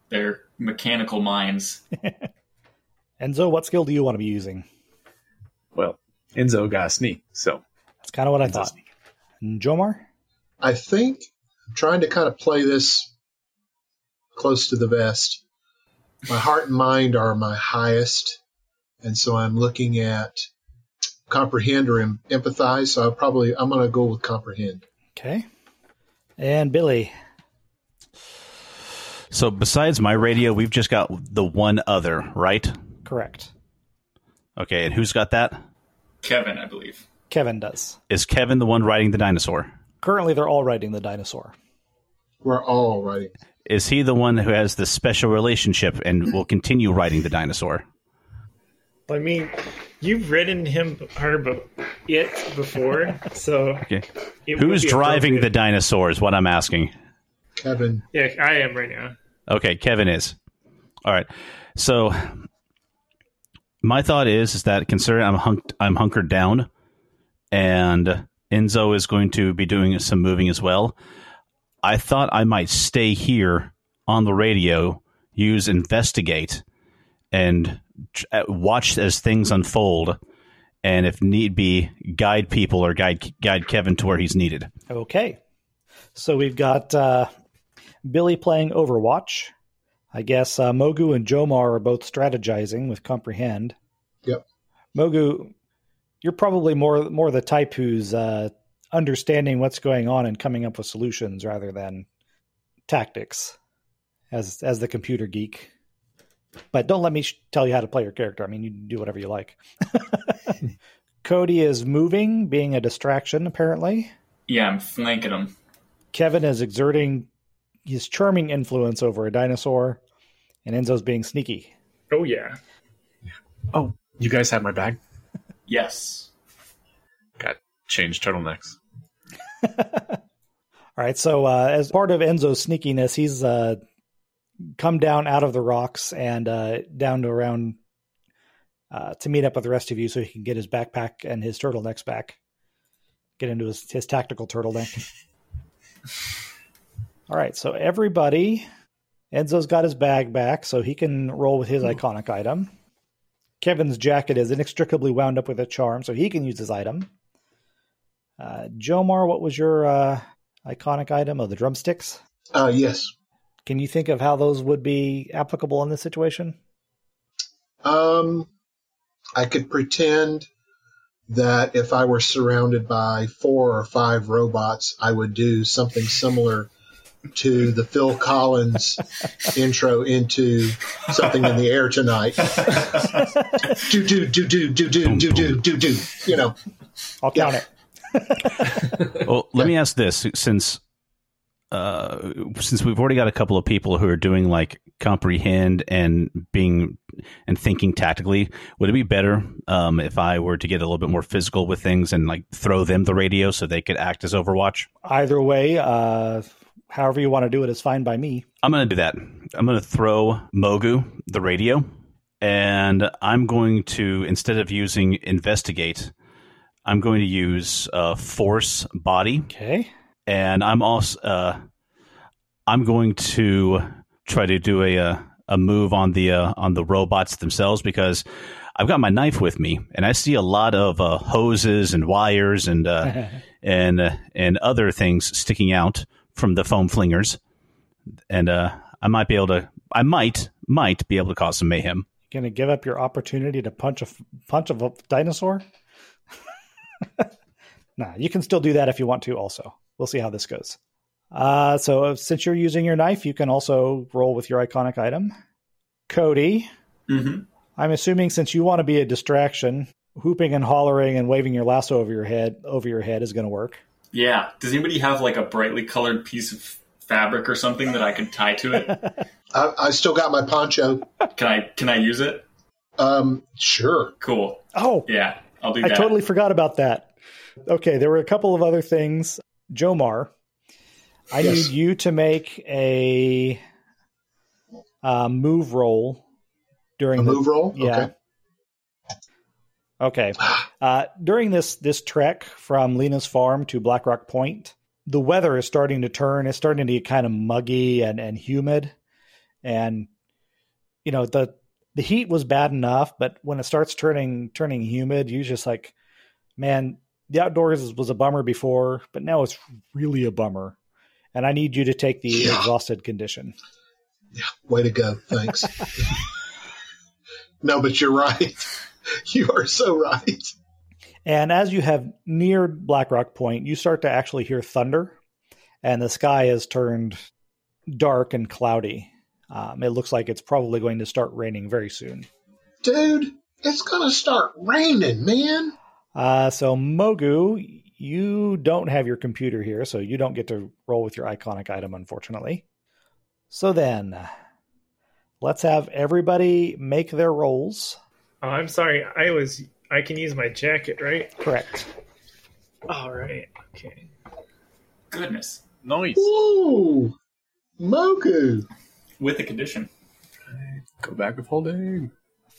S6: Their mechanical minds.
S1: Enzo, what skill do you want to be using?
S3: Well, Enzo got a sneak, so
S1: That's kind of what I
S3: Enzo's
S1: thought.
S3: sneak.
S1: And Jomar?
S5: I think I'm trying to kind of play this close to the vest. My heart and mind are my highest, and so I'm looking at comprehend or em- empathize. So I probably I'm going to go with comprehend.
S1: Okay. And Billy.
S7: So besides my radio, we've just got the one other, right?
S1: Correct.
S7: Okay, and who's got that?
S6: Kevin, I believe.
S1: Kevin does.
S7: Is Kevin the one riding the dinosaur?
S1: Currently, they're all riding the dinosaur.
S5: We're all writing.
S7: Is he the one who has this special relationship and will continue riding the dinosaur?
S4: I mean, you've ridden him her be- it before, so
S7: Okay.
S4: it would
S7: Who's
S4: be
S7: driving the
S4: appropriate.
S7: dinosaur is what I'm asking.
S5: Kevin,
S4: Yeah, I am right now.
S7: Okay, Kevin is. All right. So my thought is is that considering I'm hunked I'm hunkered down and Enzo is going to be doing some moving as well. I thought I might stay here on the radio, use investigate and tr- uh, watch as things unfold and if need be guide people or guide guide Kevin to where he's needed.
S1: Okay. So we've got uh, Billy playing Overwatch. I guess uh, Mogu and Jomar are both strategizing with Comprehend.
S5: Yep.
S1: Mogu, you're probably more more the type who's uh, understanding what's going on and coming up with solutions rather than tactics, as as the computer geek. But don't let me sh- tell you how to play your character. I mean, you can do whatever you like. Cody is moving, being a distraction apparently.
S6: Yeah, I'm flanking him.
S1: Kevin is exerting his charming influence over a dinosaur, and Enzo's being sneaky.
S4: Oh yeah.
S3: Oh, you guys have my bag.
S6: Yes.
S3: Got changed turtlenecks.
S1: All right, so uh, as part of Enzo's sneakiness, he's uh, come down out of the rocks and uh, down to around uh, to meet up with the rest of you, so he can get his backpack and his turtlenecks back. Get into his, his tactical turtleneck. All right, so everybody, Enzo's got his bag back, so he can roll with his iconic item. Kevin's jacket is inextricably wound up with a charm, so he can use his item. Uh, Jomar, what was your uh, iconic item of the drumsticks.
S5: uh, yes.
S1: Can you think of how those would be applicable in this situation?
S5: Um, I could pretend that if I were surrounded by four or five robots, I would do something similar to the Phil Collins intro into something in the air tonight. do do do do do do do do do do. You know,
S1: I'll count it.
S7: Well, let me ask this: since uh, since we've already got a couple of people who are doing like comprehend and being and thinking tactically, would it be better um, if I were to get a little bit more physical with things and like throw them the radio so they could act as Overwatch?
S1: Either way, uh, however you want to do it is fine by me.
S7: I'm gonna do that. I'm gonna throw Mogu the radio, and I'm going to instead of using investigate, I'm going to use uh, force body,
S1: Okay.
S7: and I'm also uh, I'm going to try to do a uh, a move on the uh, on the robots themselves because I've got my knife with me, and I see a lot of uh, hoses and wires and uh, and uh, and other things sticking out from the foam flingers, and uh, I might be able to. I might might be able to cause some mayhem.
S1: Gonna give up your opportunity to punch a f- punch of a dinosaur? nah, you can still do that if you want to. Also, we'll see how this goes. Uh, so since you're using your knife, you can also roll with your iconic item, Cody.
S6: Mm-hmm.
S1: I'm assuming since you want to be a distraction, whooping and hollering and waving your lasso over your head over your head is going to work.
S6: Yeah. Does anybody have like a brightly colored piece of fabric or something that I could tie to it?
S5: I, I still got my poncho.
S6: can I can I use it?
S5: Um, sure.
S6: Cool.
S1: Oh,
S6: Yeah, I'll do
S1: I
S6: that.
S1: totally forgot about that. Okay, there were a couple of other things. Jomar, I
S5: Yes.
S1: need you to make a uh, move roll during
S5: A
S1: the
S5: move roll.
S1: yeah.
S5: Okay.
S1: Okay. Uh, during this this trek from Lena's farm to Black Rock Point, the weather is starting to turn. It's starting to get kind of muggy and, and humid, and you know the the heat was bad enough, but when it starts turning turning humid, you're just like, man, the outdoors was a bummer before, but now it's really a bummer, and I need you to take the
S5: Yeah.
S1: exhausted condition.
S5: Way to go. Thanks. no, but you're right. You are so right.
S1: And as you have neared Black Rock Point, you start to actually hear thunder, and the sky has turned dark and cloudy. Um, it looks like it's probably going to start raining very soon.
S5: Dude, it's going to start raining, man.
S1: Uh, so, Mogu, you don't have your computer here, so you don't get to roll with your iconic item, unfortunately. So, then let's have everybody make their rolls.
S4: Oh, I'm sorry. I was. I can use my jacket, right?
S1: Correct.
S4: All right. Okay.
S6: Goodness,
S3: Nice.
S5: Ooh, Mogu.
S6: with a condition.
S3: Go back with holding.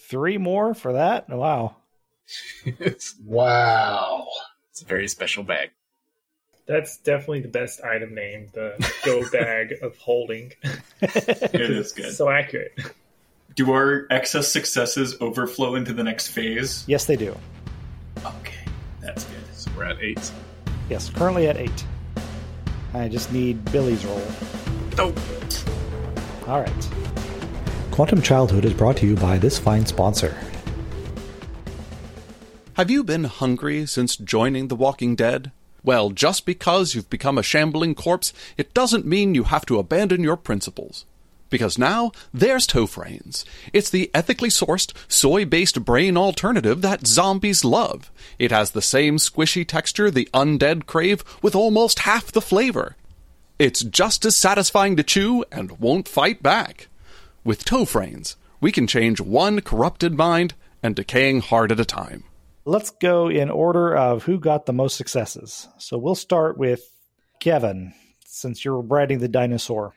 S1: Three more for that. Wow.
S3: it's,
S5: Wow.
S3: it's a very special bag.
S4: That's definitely the best item name. The go bag of holding.
S6: It is good.
S4: So accurate.
S6: Do our excess successes overflow into the next phase?
S1: Yes, they do.
S6: Okay, that's good.
S3: So we're at eight.
S1: Yes, currently at eight. I just need Billy's roll.
S6: Oh,
S1: All right.
S8: Quantum Childhood is brought to you by this fine sponsor.
S9: Have you been hungry since joining The Walking Dead? Well, just because you've become a shambling corpse, it doesn't mean you have to abandon your principles. Because now, there's Tofranes. It's the ethically sourced, soy based brain alternative that zombies love. It has the same squishy texture the undead crave with almost half the flavor. It's just as satisfying to chew and won't fight back. With Tofranes, we can change one corrupted mind and decaying heart at a time.
S1: Let's go in order of who got the most successes. So we'll start with Kevin, since you're riding the dinosaur.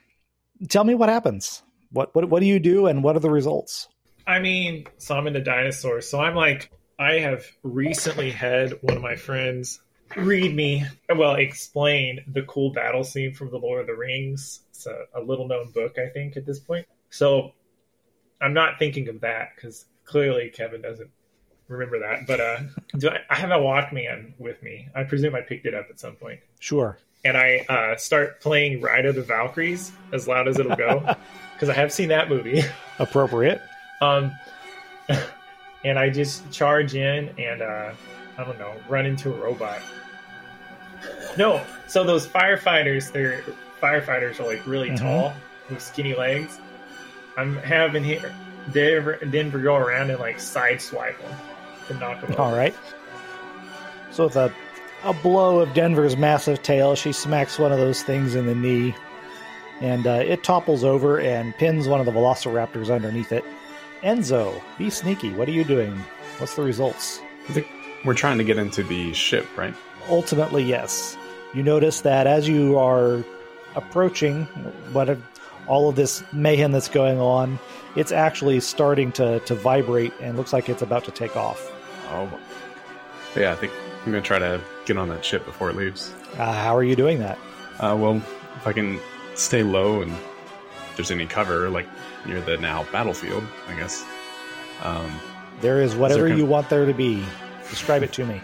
S1: Tell me what happens. What what what do you do, and what are the results?
S4: I mean, so I'm into dinosaurs. So I'm like, I have recently had one of my friends read me, well, explain the cool battle scene from The Lord of the Rings. It's a, a little known book, I think, at this point. So I'm not thinking of that because clearly Kevin doesn't remember that. But uh, do I, I have a Walkman with me. I presume I picked it up at some point.
S1: Sure.
S4: And I uh, start playing Ride of the Valkyries as loud as it'll go because I have seen that movie.
S1: Appropriate.
S4: Um, and I just charge in and uh, I don't know, run into a robot. No, so those firefighters, they're firefighters are like really
S1: Mhm.
S4: tall with skinny legs. I'm having here Denver, Denver go around and like sideswipe them to knock them.
S1: All
S4: over.
S1: right. So with a a blow of Denver's massive tail, she smacks one of those things in the knee, and uh, it topples over and pins one of the velociraptors underneath it. Enzo, be sneaky. What are you doing? What's the results?
S3: I think we're trying to get into the ship, right?
S1: Ultimately, yes. You notice that as you are approaching what all of this mayhem that's going on, it's actually starting to, to vibrate and looks like it's about to take off.
S3: Oh. Yeah, I think I'm going to try to get on that ship before it leaves.
S1: Uh, how are you doing that?
S3: Uh, well, if I can stay low and if there's any cover, like near the now battlefield, I guess. Um,
S1: There is whatever
S3: kind
S1: you
S3: of-
S1: want there to be. Describe it to me.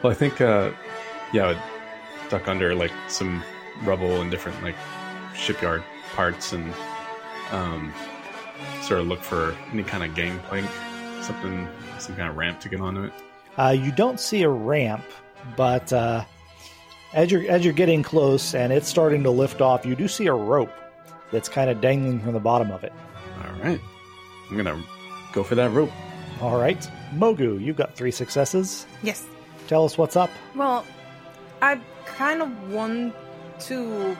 S3: well, I think, uh, yeah, I would duck under like some rubble and different like shipyard parts and um, sort of look for any kind of gangplank, something, some kind of ramp to get onto it.
S1: Uh, you don't see a ramp, but uh, as you're as you're getting close and it's starting to lift off, you do see a rope that's kind of dangling from the bottom of it.
S3: All right. I'm going to go for that rope.
S1: All right, Mogu, you've got three successes.
S2: Yes.
S1: Tell us what's up.
S2: Well, I kind of want to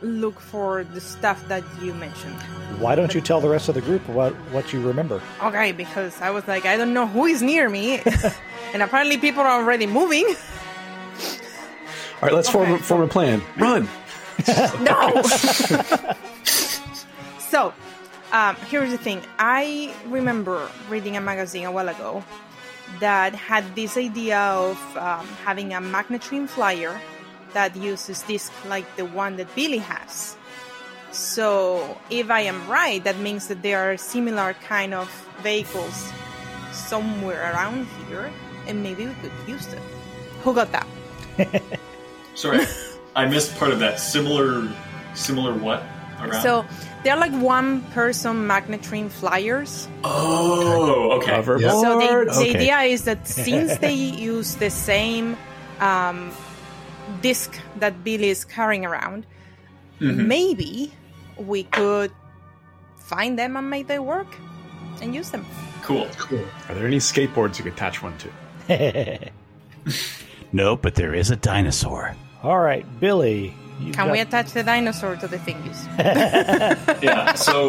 S2: look for the stuff that you mentioned.
S1: Why don't you tell the rest of the group what what you remember?
S2: Okay, because I was like, I don't know who is near me, and apparently people are already moving.
S3: All right, let's form,
S2: Okay.
S3: form a plan. Run.
S2: No. so, um, here's the thing. I remember reading a magazine a while ago that had this idea of um, having a magnetrine flyer that uses disc like the one that Billy has. So, if I am right, that means that there are similar kind of vehicles somewhere around here, and maybe we could use them. Who got that?
S6: Sorry, I missed part of that. Similar, similar what around?
S2: So they're like one person magnetrine flyers.
S6: oh, okay.
S3: Hoverboard.
S5: Yeah.
S2: So they, the
S7: Okay.
S2: idea is that since they use the same um, disc that Billy is carrying around,
S7: Mm-hmm.
S2: maybe we could find them and make them work and use them.
S6: Cool.
S5: Cool.
S3: Are there any skateboards you could attach one to?
S7: No, but there is a dinosaur.
S1: All right, Billy. you've
S2: Can
S1: got-
S2: we attach the dinosaur to the thingies?
S6: Yeah. So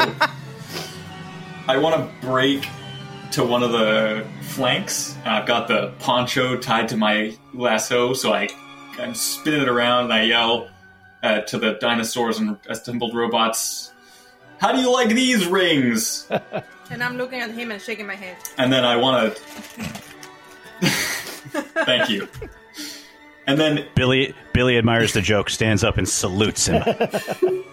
S6: I want to break to one of the flanks. and I've got the poncho tied to my lasso, so I I'm spinning it around and I yell uh, to the dinosaurs and assembled robots. How do you like these rings?
S2: And I'm looking at him and shaking my head.
S6: And then I want to. Thank you. And then,
S7: Billy Billy admires the joke, stands up and salutes him.
S6: and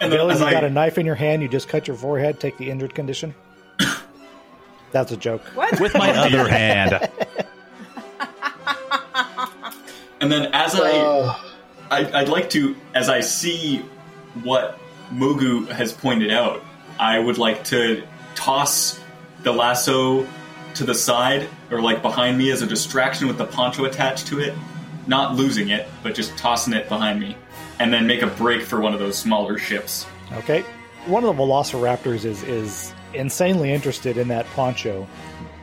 S6: then
S1: Billy,
S6: as
S1: you got a
S6: I,
S1: knife in your hand. You just cut your forehead. Take the injured condition. That's a joke.
S2: What?
S7: With my other hand.
S6: and then as I,
S5: Uh,
S6: I, I'd like to, as I see what Mogu has pointed out, I would like to toss the lasso to the side or like behind me as a distraction with the poncho attached to it, not losing it, but just tossing it behind me, and then make a break for one of those smaller ships.
S1: Okay. One of the velociraptors is is insanely interested in that poncho,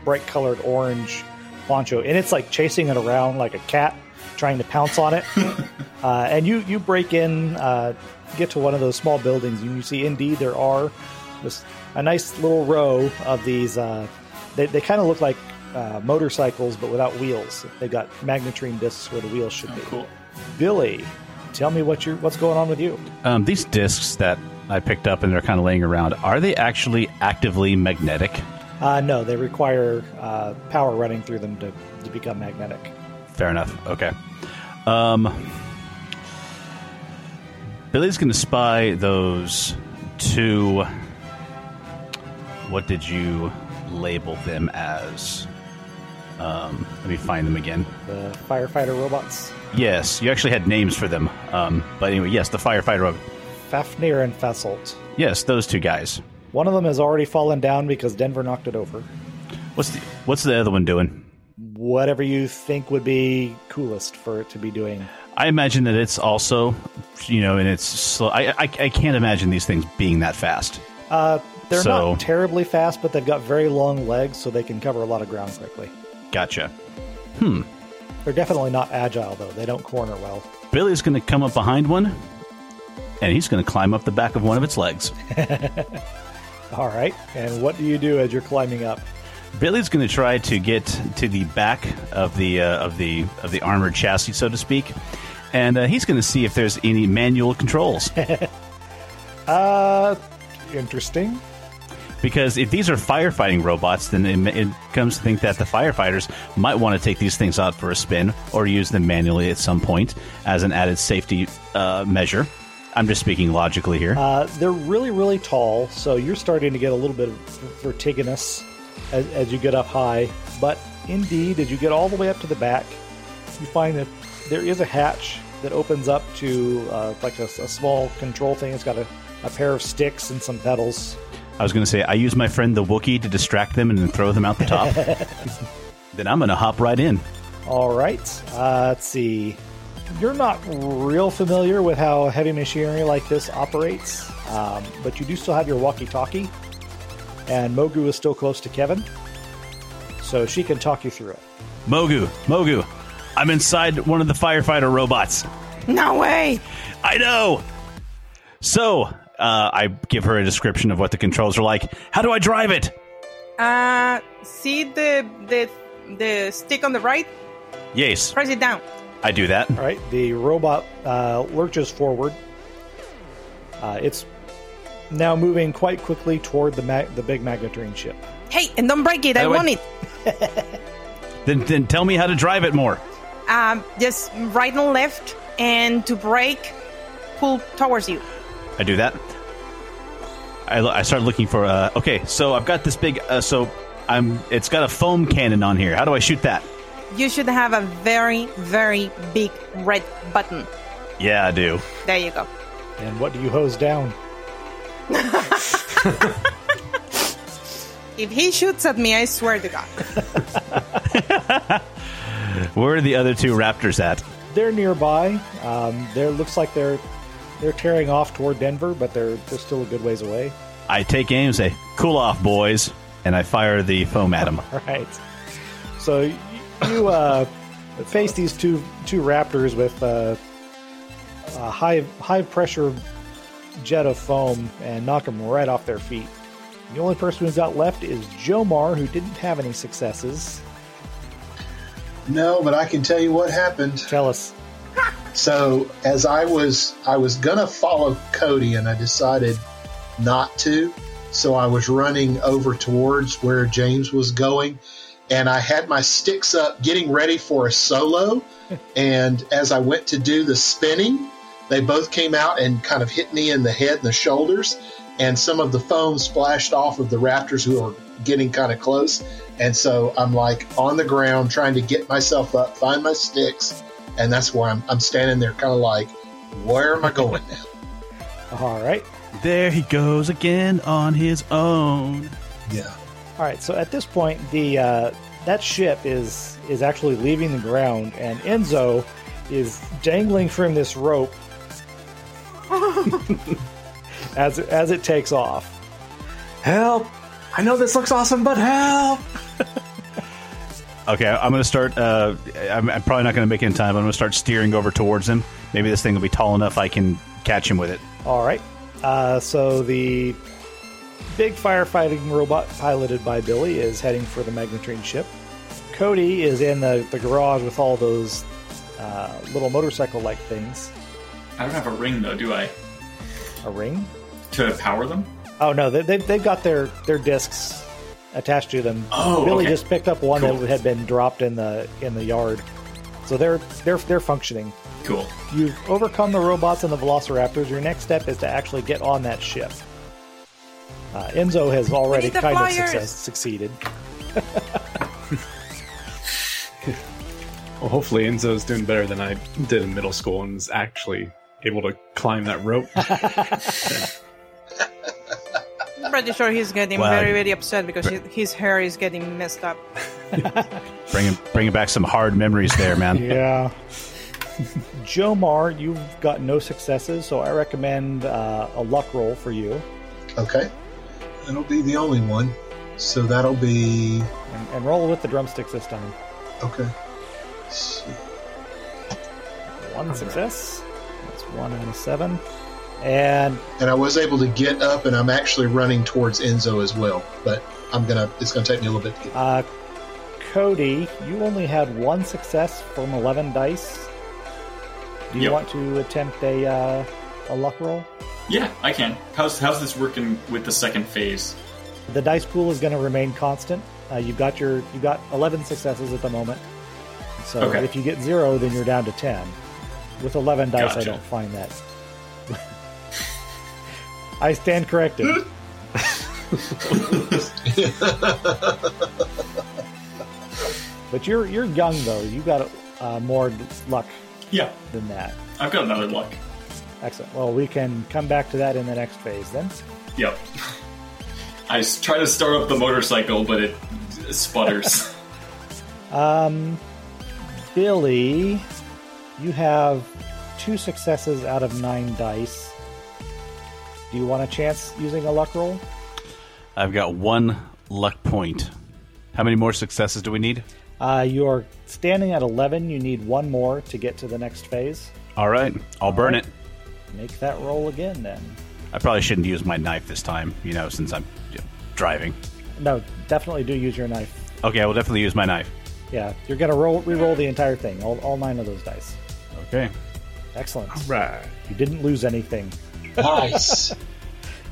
S1: bright colored orange poncho, and it's like chasing it around like a cat, trying to pounce on it. uh, and you you break in, uh, get to one of those small buildings, and you see indeed there are this a nice little row of these. Uh, they they kind of look like uh, motorcycles, but without wheels. They've got magnetrine discs where the wheels should be.
S6: Cool.
S1: Billy, tell me what you what's going on with you.
S7: Um, these discs that I picked up and they're kind of laying around, are they actually actively magnetic?
S1: Uh, no, they require uh, power running through them to, to become magnetic.
S7: Fair enough. Okay. Um, Billy's going to spy those two. What did you label them as? Um, let me find them again.
S1: The firefighter robots,
S7: Yes, you actually had names for them. Um, but anyway, yes, the firefighter. robot.
S1: Fafnir and Fasolt.
S7: Yes, those two guys.
S1: One of them has already fallen down because Denver knocked it over.
S7: What's the, what's the other one doing?
S1: Whatever you think would be coolest for it to be doing.
S7: I imagine that it's also, you know, and it's slow. I, I, I can't imagine these things being that fast.
S1: Uh, they're
S7: So-
S1: not terribly fast, but they've got very long legs, so they can cover a lot of ground quickly.
S7: Gotcha.
S1: They're definitely not agile, though. They don't corner well.
S7: Billy's going to come up behind one, and he's going to climb up the back of one of its legs.
S1: All right. And what do you do as you're climbing up?
S7: Billy's going to try to get to the back of the uh, of the of the armored chassis, so to speak, and uh, he's going to see if there's any manual controls.
S1: Uh, interesting.
S7: Because if these are firefighting robots, then it, ma- it comes to think that the firefighters might want to take these things out for a spin or use them manually at some point as an added safety uh, measure. I'm just speaking logically here.
S1: Uh, they're really, really tall, so you're starting to get a little bit of vertiginous as, as you get up high. But indeed, as you get all the way up to the back, you find that there is a hatch that opens up to uh, like a, a small control thing. It's got a, a pair of sticks and some pedals.
S7: I was going to say, I use my friend the Wookiee to distract them and then throw them out the top. then I'm going to hop right in.
S1: All right. Uh, let's see. You're not real familiar with how heavy machinery like this operates, um, but you do still have your walkie talkie, and Mogu is still close to Kevin, so she can talk you through it.
S7: Mogu, Mogu, I'm inside one of the firefighter robots.
S2: No way!
S7: I know. So uh, I give her a description of what the controls are like. How do I drive it?
S2: Uh, see the the the stick on the right?
S7: Yes,
S2: Press it down.
S7: I do that.
S1: All right, the robot uh, lurches forward. Uh, it's now moving quite quickly toward the mag- the big magnetrine ship.
S2: Hey, and don't break it. I
S7: By the way-
S2: want it.
S7: Then, then tell me how to drive it more.
S2: Um, just right and left, and to break, pull towards you.
S7: I do that. I, lo- I start looking for. Uh, okay, so I've got this big. Uh, so I'm. It's got a foam cannon on here. How do I shoot that?
S2: You should have a very very big red button.
S7: Yeah, I do.
S2: There you go.
S1: And what do you hose down?
S2: If he shoots at me, I swear to God.
S7: Where are the other two raptors at?
S1: They're nearby. Um, there looks like they're they're tearing off toward Denver, but they're they're still a good ways away.
S7: I take aim, and say, "Cool off, boys," and I fire the foam at them.
S1: All right. So y- you uh, face these two two raptors with uh, a high high pressure jet of foam and knock them right off their feet. The only person who's got left is Jomar, who didn't have any successes.
S5: No, but I can tell you what happened.
S1: Tell us.
S5: So as I was I was gonna follow Cody and I decided not to. So I was running over towards where James was going and I had my sticks up getting ready for a solo and as I went to do the spinning, they both came out and kind of hit me in the head and the shoulders and some of the foam splashed off of the raptors who were getting kind of close and so I'm like on the ground trying to get myself up, find my sticks and that's where I'm, I'm standing there kind of like where am i going now
S1: All right.
S7: There he goes again on his own.
S5: yeah
S1: All right. So at this point, the uh, that ship is is actually leaving the ground, and Enzo is dangling from this rope as as it takes off.
S3: Help! I know this looks awesome, but help!
S7: Okay, I'm going to start. Uh, I'm, I'm probably not going to make it in time. But I'm going to start steering over towards him. Maybe this thing will be tall enough I can catch him with it.
S1: All right. Uh, so the big firefighting robot piloted by Billy is heading for the magnetrine ship. Cody is in the, the garage with all those uh, little motorcycle like things.
S6: I don't have a ring though, do I?
S1: A ring?
S6: To power them?
S1: Oh no, they, they've they've got their their discs attached to them.
S6: Oh,
S1: Billy
S6: okay.
S1: just picked up one
S6: Cool.
S1: that had been dropped in the in the yard, so they're they're they're functioning.
S6: Cool.
S1: You've overcome the robots and the velociraptors. Your next step is to actually get on that ship. Uh, Enzo has already
S2: need the
S1: kind of
S2: flyers.
S1: success, succeeded.
S3: Well, hopefully Enzo's doing better than I did in middle school and is actually able to climb that rope.
S2: I'm pretty sure he's getting
S7: Wow.
S2: very very upset because his, his hair is getting messed up.
S7: Bringing bringing back some hard memories there, man.
S1: Yeah. Jomar, you've got no successes, so I recommend uh, a luck roll for you,
S5: okay that'll be the only one so that'll be
S1: and, and roll with the drumsticks this time.
S5: okay
S1: One success. That's one out of seven. And
S5: and i was able to get up and i'm actually running towards enzo as well but i'm gonna it's gonna take me a little bit to get
S1: uh, Cody, you only had one success from 11 dice. Do you
S6: Yep.
S1: want to attempt a uh, a luck roll?
S6: Yeah, I can. How's how's this working with the second phase?
S1: The dice pool is going to remain constant. Uh, you've got your you've got eleven successes at the moment. So
S6: Okay.
S1: if you get zero, then you're down to ten. With eleven dice, I
S6: Gotcha.
S1: don't find that. I stand corrected. but you're you're young though. You got uh, more luck
S6: Yeah,
S1: than that.
S6: I've got another luck.
S1: Excellent. Well, we can come back to that in the next phase then.
S6: Yep. I s- try to start up the motorcycle, but it sputters.
S1: Um, Billy, you have two successes out of nine dice. Do you want a chance using a luck roll?
S7: I've got one luck point. How many more successes do we need?
S1: Uh, you are standing at 11. You need one more to get to the next phase.
S7: All right, I'll burn it.
S1: Make that roll again then.
S7: I probably shouldn't use my knife this time, you know, since I'm you know, driving.
S1: No, definitely do use your knife.
S7: Okay, I will definitely use my knife.
S1: Yeah, you're going to roll re-roll the entire thing, all, all nine of those dice.
S7: Okay.
S1: Excellent.
S3: Right.
S1: You didn't lose anything.
S5: nice.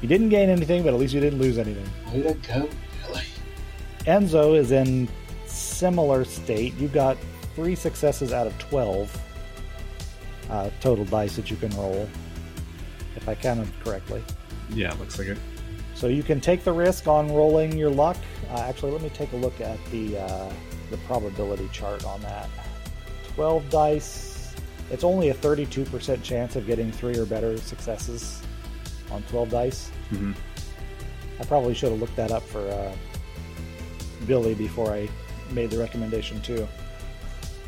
S1: You didn't gain anything, but at least you didn't lose anything.
S5: Way to go, Billy.
S1: Enzo is in similar state. You got three successes out of twelve uh, total dice that you can roll, if I counted correctly.
S3: Yeah, looks like it.
S1: So you can take the risk on rolling your luck. Uh, actually, let me take a look at the uh, the probability chart on that. Twelve dice. It's only a thirty-two percent chance of getting three or better successes on twelve dice.
S3: Mhm.
S1: I probably should have looked that up for uh, Billy before I made the recommendation too.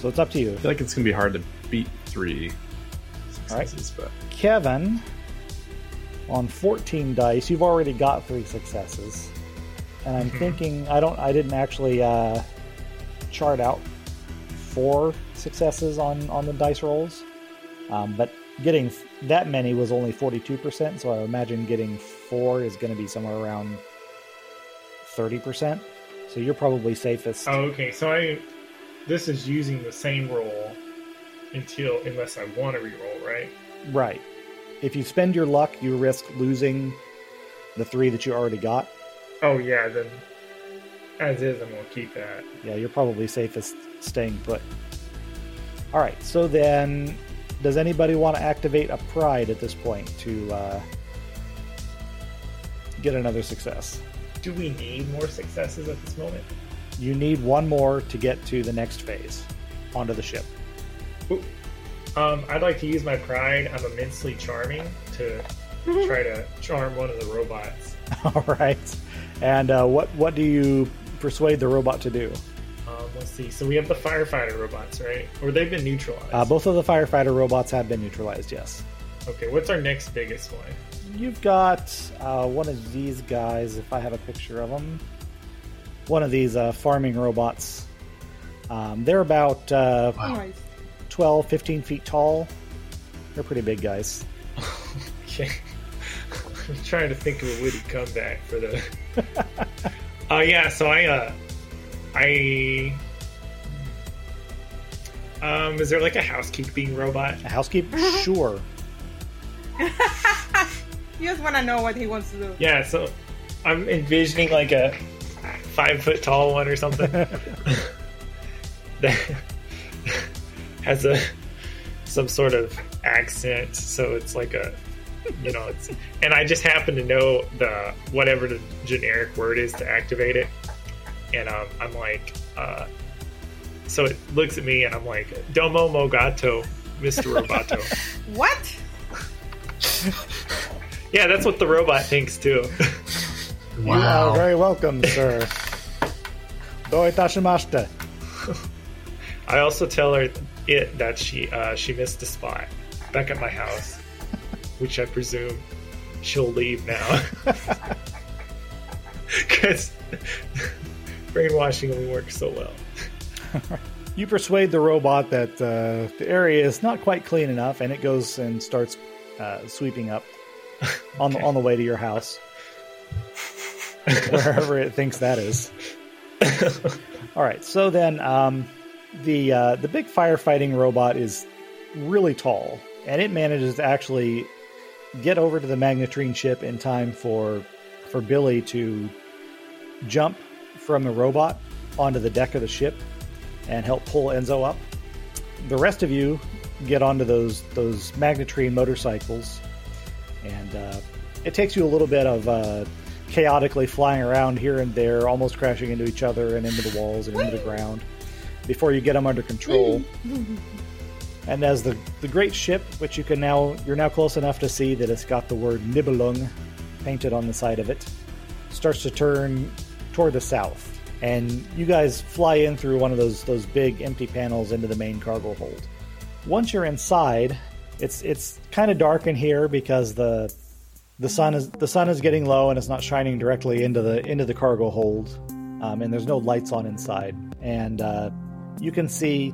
S1: so it's up to you.
S3: I feel like it's gonna be hard to beat three
S1: All right.
S3: successes, but
S1: Kevin on 14 dice. You've already got three successes, and I'm thinking I don't. I didn't actually uh, chart out four successes on on the dice rolls, um, but getting f- that many was only 42 percent. So I imagine getting four is going to be somewhere around 30 percent. So you're probably safest.
S4: Oh, okay. So I, this is using the same roll until unless I want to reroll, right?
S1: Right. If you spend your luck, you risk losing the three that you already got.
S4: Oh yeah, then as is, I'm gonna keep that.
S1: Yeah, you're probably safest staying put. All right, so then, does anybody want to activate a pride at this point to uh, get another success?
S4: Do we need more successes at this moment?
S1: You need one more to get to the next phase, onto the ship.
S4: Um, I'd like to use my pride. I'm immensely charming to try to charm one of the robots.
S1: All right, and uh, what what do you persuade the robot to do?
S4: Um, let's see. So we have the firefighter robots, right? Or they've been neutralized.
S1: Uh, both of the firefighter robots have been neutralized. Yes.
S4: Okay, what's our next biggest one?
S1: You've got uh, one of these guys, if I have a picture of them. One of these uh, farming robots. Um, they're about uh,
S2: Alright.
S1: 12, 15 feet tall. They're pretty big guys.
S4: Okay. I'm trying to think of a witty comeback for the. Oh yeah, so I, uh, I, um, is there like a housekeeping robot?
S1: A housekeeper? sure.
S2: You just want to know what he wants to do.
S4: Yeah, so I'm envisioning like a five foot tall one or something that has a some sort of accent. So it's like a you know, it's and I just happen to know the whatever the generic word is to activate it, and um, I'm like, uh, so it looks at me and I'm like, Domo Mogato, Mister Roboto.
S2: What?
S4: yeah, that's what the robot thinks too.
S1: You are
S5: Wow.
S1: very welcome, sir. Do itashimashita.
S4: I also tell her it that she uh, she missed a spot back at my house, which I presume she'll leave now because brainwashing only works so well.
S1: You persuade the robot that uh, the area is not quite clean enough, and it goes and starts uh, sweeping up on the on the way to your house, wherever it thinks that is. All right, so then um, the uh, the big firefighting robot is really tall. and it manages to actually get over to the magnetrine ship in time for for Billy to jump from the robot onto the deck of the ship and help pull Enzo up. The rest of you get onto those those magnetrine motorcycles, and uh, it takes you a little bit of uh, chaotically flying around here and there, almost crashing into each other and into the walls and into the ground before you get them under control. And as the, the great ship, which you can now you're now close enough to see that it's got the word Nibelung painted on the side of it, starts to turn toward the south. And you guys fly in through one of those those big empty panels into the main cargo hold. Once you're inside, it's it's kind of dark in here because the the sun is the sun is getting low and it's not shining directly into the into the cargo hold, um, and there's no lights on inside. And uh, you can see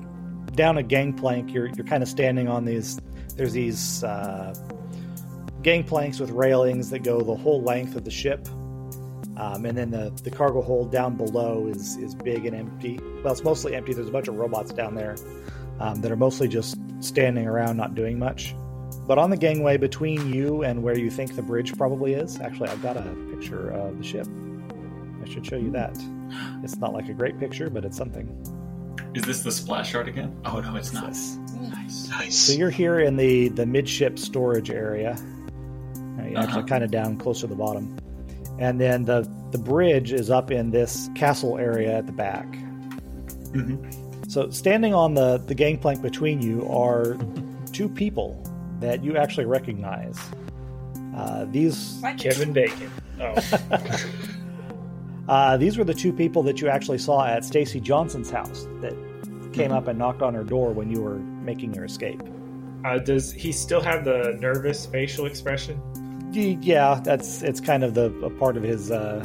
S1: down a gangplank. You're you're kind of standing on these. There's these uh, gangplanks with railings that go the whole length of the ship, um, and then the, the cargo hold down below is is big and empty. Well, it's mostly empty. There's a bunch of robots down there um, that are mostly just standing around, not doing much. But on the gangway between you and where you think the bridge probably is, actually, I've got a picture of the ship. I should show you that. It's not like a great picture, but it's something.
S6: Is this the splash art again? Oh no, it's not.
S1: Yes.
S6: Nice.
S1: So
S5: Nice.
S1: you're here in the the midship storage area. Uh, you're
S6: Uh-huh.
S1: Actually, kind of down close to the bottom, and then the the bridge is up in this castle area at the back.
S6: Mhm.
S1: So standing on the the gangplank between you are two people that you actually recognize. Uh, these
S10: What?
S4: Kevin Bacon. Oh,
S1: uh, these were the two people that you actually saw at Stacy Johnson's house that came up and knocked on her door when you were making your escape.
S4: uh, does he still have the nervous facial expression?
S1: Y- Yeah, that's it's kind of the a part of his uh,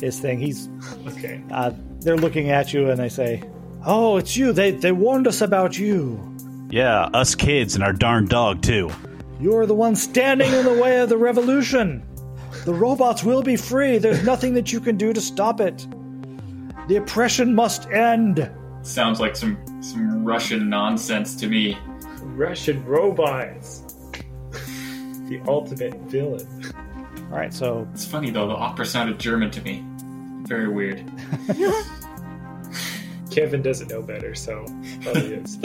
S1: his thing. He's
S4: Okay.
S1: uh, they're looking at you and they say, "Oh, it's you. They they warned us about you.
S7: Yeah, us kids and our darn dog too.
S1: You're the one standing in the way of the revolution. The robots will be free. There's nothing that you can do to stop it. The oppression must end."
S6: Sounds like some some Russian nonsense to me.
S4: Russian robots. the ultimate villain.
S1: All right, so
S6: It's funny though. The opera sounded German to me. Very weird.
S4: Kevin doesn't know better, so probably is.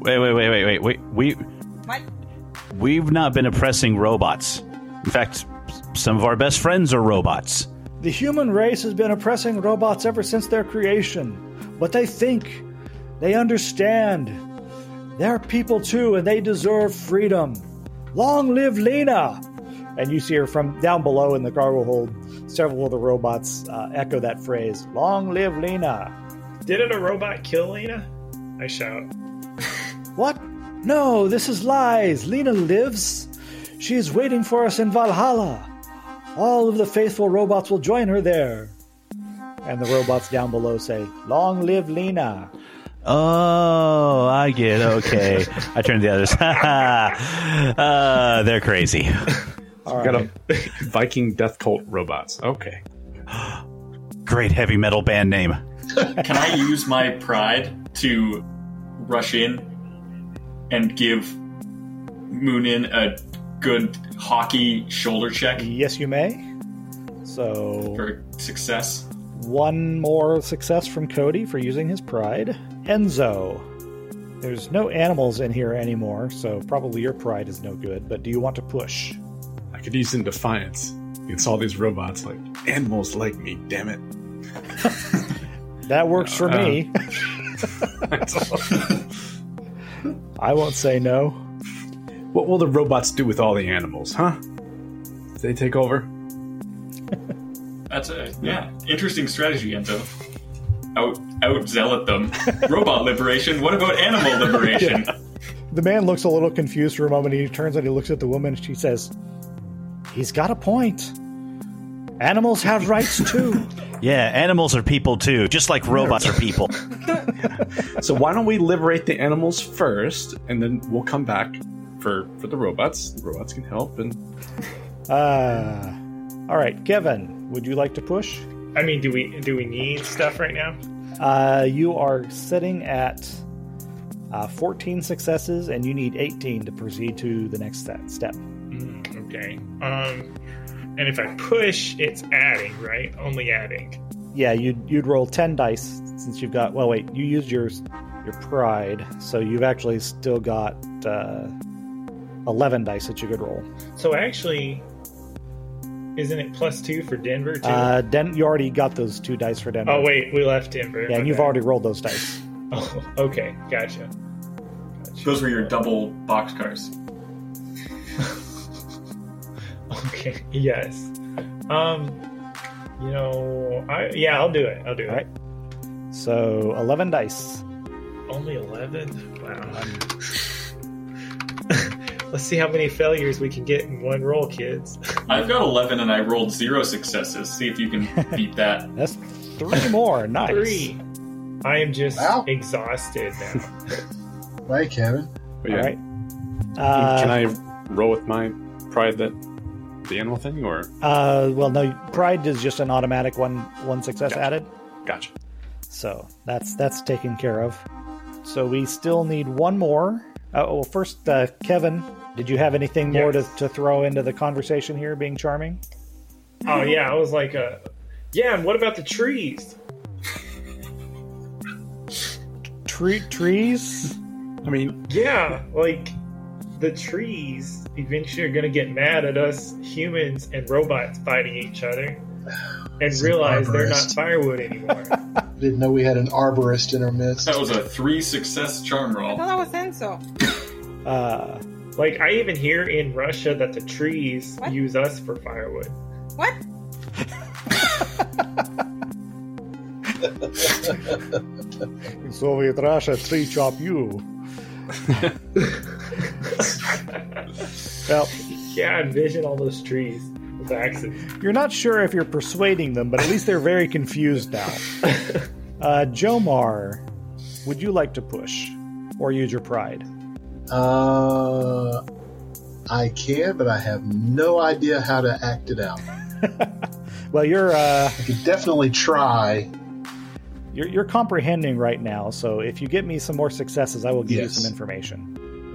S7: Wait, wait, wait, wait, wait, wait. We
S10: What?
S7: we've not been oppressing robots. In fact, some of our best friends are robots.
S1: The human race has been oppressing robots ever since their creation. But they think, they understand. They're people too, and they deserve freedom. Long live Lena! And you see her from down below in the cargo hold. Several of the robots uh, echo that phrase Long live Lena!
S4: Didn't a robot kill Lena? I shout.
S1: What? No, this is lies. Lena lives. She is waiting for us in Valhalla. All of the faithful robots will join her there. And the robots down below say, Long live Lena!
S7: Oh, I get okay. I turn to the others. uh, they're crazy.
S3: Got a Viking death cult robots. Oh, Okay.
S7: Great heavy metal band name.
S6: Can I use my pride to rush in and give Moonin a good hockey shoulder check
S1: Yes, you may. So,
S6: for success?
S1: one more success from Cody for using his pride. Enzo. There's no animals in here anymore, so probably your pride is no good, but do you want to push?
S3: I could use in defiance against all these robots. Like animals like me. Damn it.
S1: That works for
S3: Uh,
S1: me.
S3: That's all.
S1: I won't say no.
S3: what will the robots do with all the animals? Huh? They take over.
S6: That's a yeah, interesting strategy, Enzo. Out out zealot them. Robot liberation. What about animal liberation?
S1: The man looks a little confused for a moment. He turns and he looks at the woman and she says, He's got a point. Animals have rights too.
S7: Yeah, animals are people too, just like robots are people.
S3: So why don't we liberate the animals first, and then we'll come back for for the robots. The robots can help, and
S1: uh, all right, Kevin, would you like to push?
S4: I mean, do we do we need stuff right now?
S1: Uh, you are sitting at Uh, 14 successes, and you need 18 to proceed to the next set, step.
S4: Mm, okay. Um, and if I push, it's adding, right? Only adding.
S1: Yeah, you'd you'd roll 10 dice since you've got. Well, wait, you used your your pride, so you've actually still got uh, 11 dice that you could roll.
S4: So actually, isn't it plus two for Denver too?
S1: Uh, Den- you already got those two dice for Denver.
S4: oh wait, we left Denver.
S1: yeah, and you've
S4: Okay.
S1: already rolled those dice.
S4: Oh, okay, gotcha.
S6: Those were your double boxcars.
S4: Okay. Yes. Um. You know, I yeah, I'll do it. I'll do it.
S1: All right. So 11 dice.
S4: Only eleven. Wow.
S1: Um,
S4: Let's see how many failures we can get in one roll, kids.
S6: I've got 11 and I rolled zero successes. See if you can beat that.
S1: That's three more. Nice.
S4: Three. I am just
S5: Wow.
S4: exhausted now.
S5: Way, Kevin.
S3: But
S1: All
S3: yeah,
S1: right. Uh,
S3: can I roll with my pride that the animal thing, or
S1: Uh, well, no, pride is just an automatic one one success added,
S3: gotcha?
S1: so that's that's taken care of. So we still need one more. Uh, well, first, uh, Kevin, did you have anything more to,
S4: Yes.
S1: to throw into the conversation here? Being charming,
S4: oh yeah, I was like, uh, yeah. And what about the trees?
S1: Tree, trees.
S3: I mean,
S4: Yeah, like the trees eventually are gonna get mad at us humans and robots fighting each other and
S5: Some
S4: realize they're not
S5: arborist.
S4: firewood anymore.
S5: Didn't know we had an arborist in our midst.
S6: That was a three success charm
S2: I
S6: roll.
S2: thought that was Enzo.
S1: Uh,
S4: like I even hear in Russia that the trees
S2: What?
S4: use us for firewood.
S2: What?
S1: in Soviet Russia, tree chop you. well,
S4: Yeah, I envision all those trees with axes.
S1: You're not sure if you're persuading them, but at least they're very confused now. uh, Jomar, would you like to push or use your pride?
S5: Uh, I can, but I have no idea how to act it out.
S1: Well, you're uh,
S5: I could definitely try.
S1: you're, you're comprehending right now, so if you get me some more successes, I will give
S5: Yes.
S1: you some information.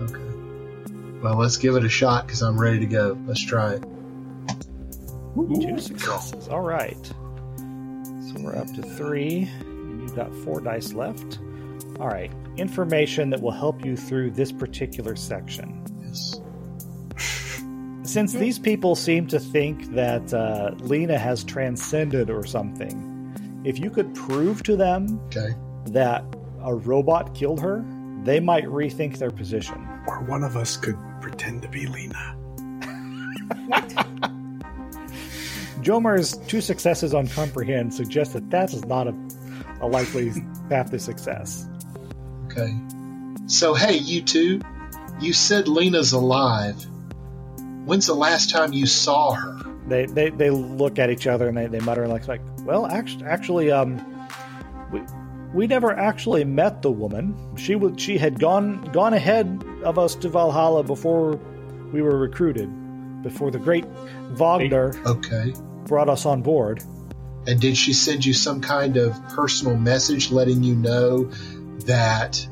S5: Okay. Well, let's give it a shot because I'm ready to go. Let's try it.
S1: Two successes. All right. So we're up to three, and you've got four dice left. All right. Information that will help you through this particular section.
S5: Yes.
S1: Since these people seem to think that uh, Lena has transcended or something, if you could prove to them
S5: Okay.
S1: that a robot killed her, they might rethink their position.
S3: Or one of us could pretend to be Lena.
S1: Jomar's two successes on comprehend suggest that that is not a, a likely path to success.
S5: Okay. So, hey, you two, you said Lena's alive. When's the last time you saw her?
S1: They they, they look at each other and they, they mutter like like, well, actually, actually, um, we we never actually met the woman. She would she had gone gone ahead of us to Valhalla before we were recruited, before the great Wagner
S5: Okay.
S1: brought us on board.
S5: And did she send you some kind of personal message letting you know that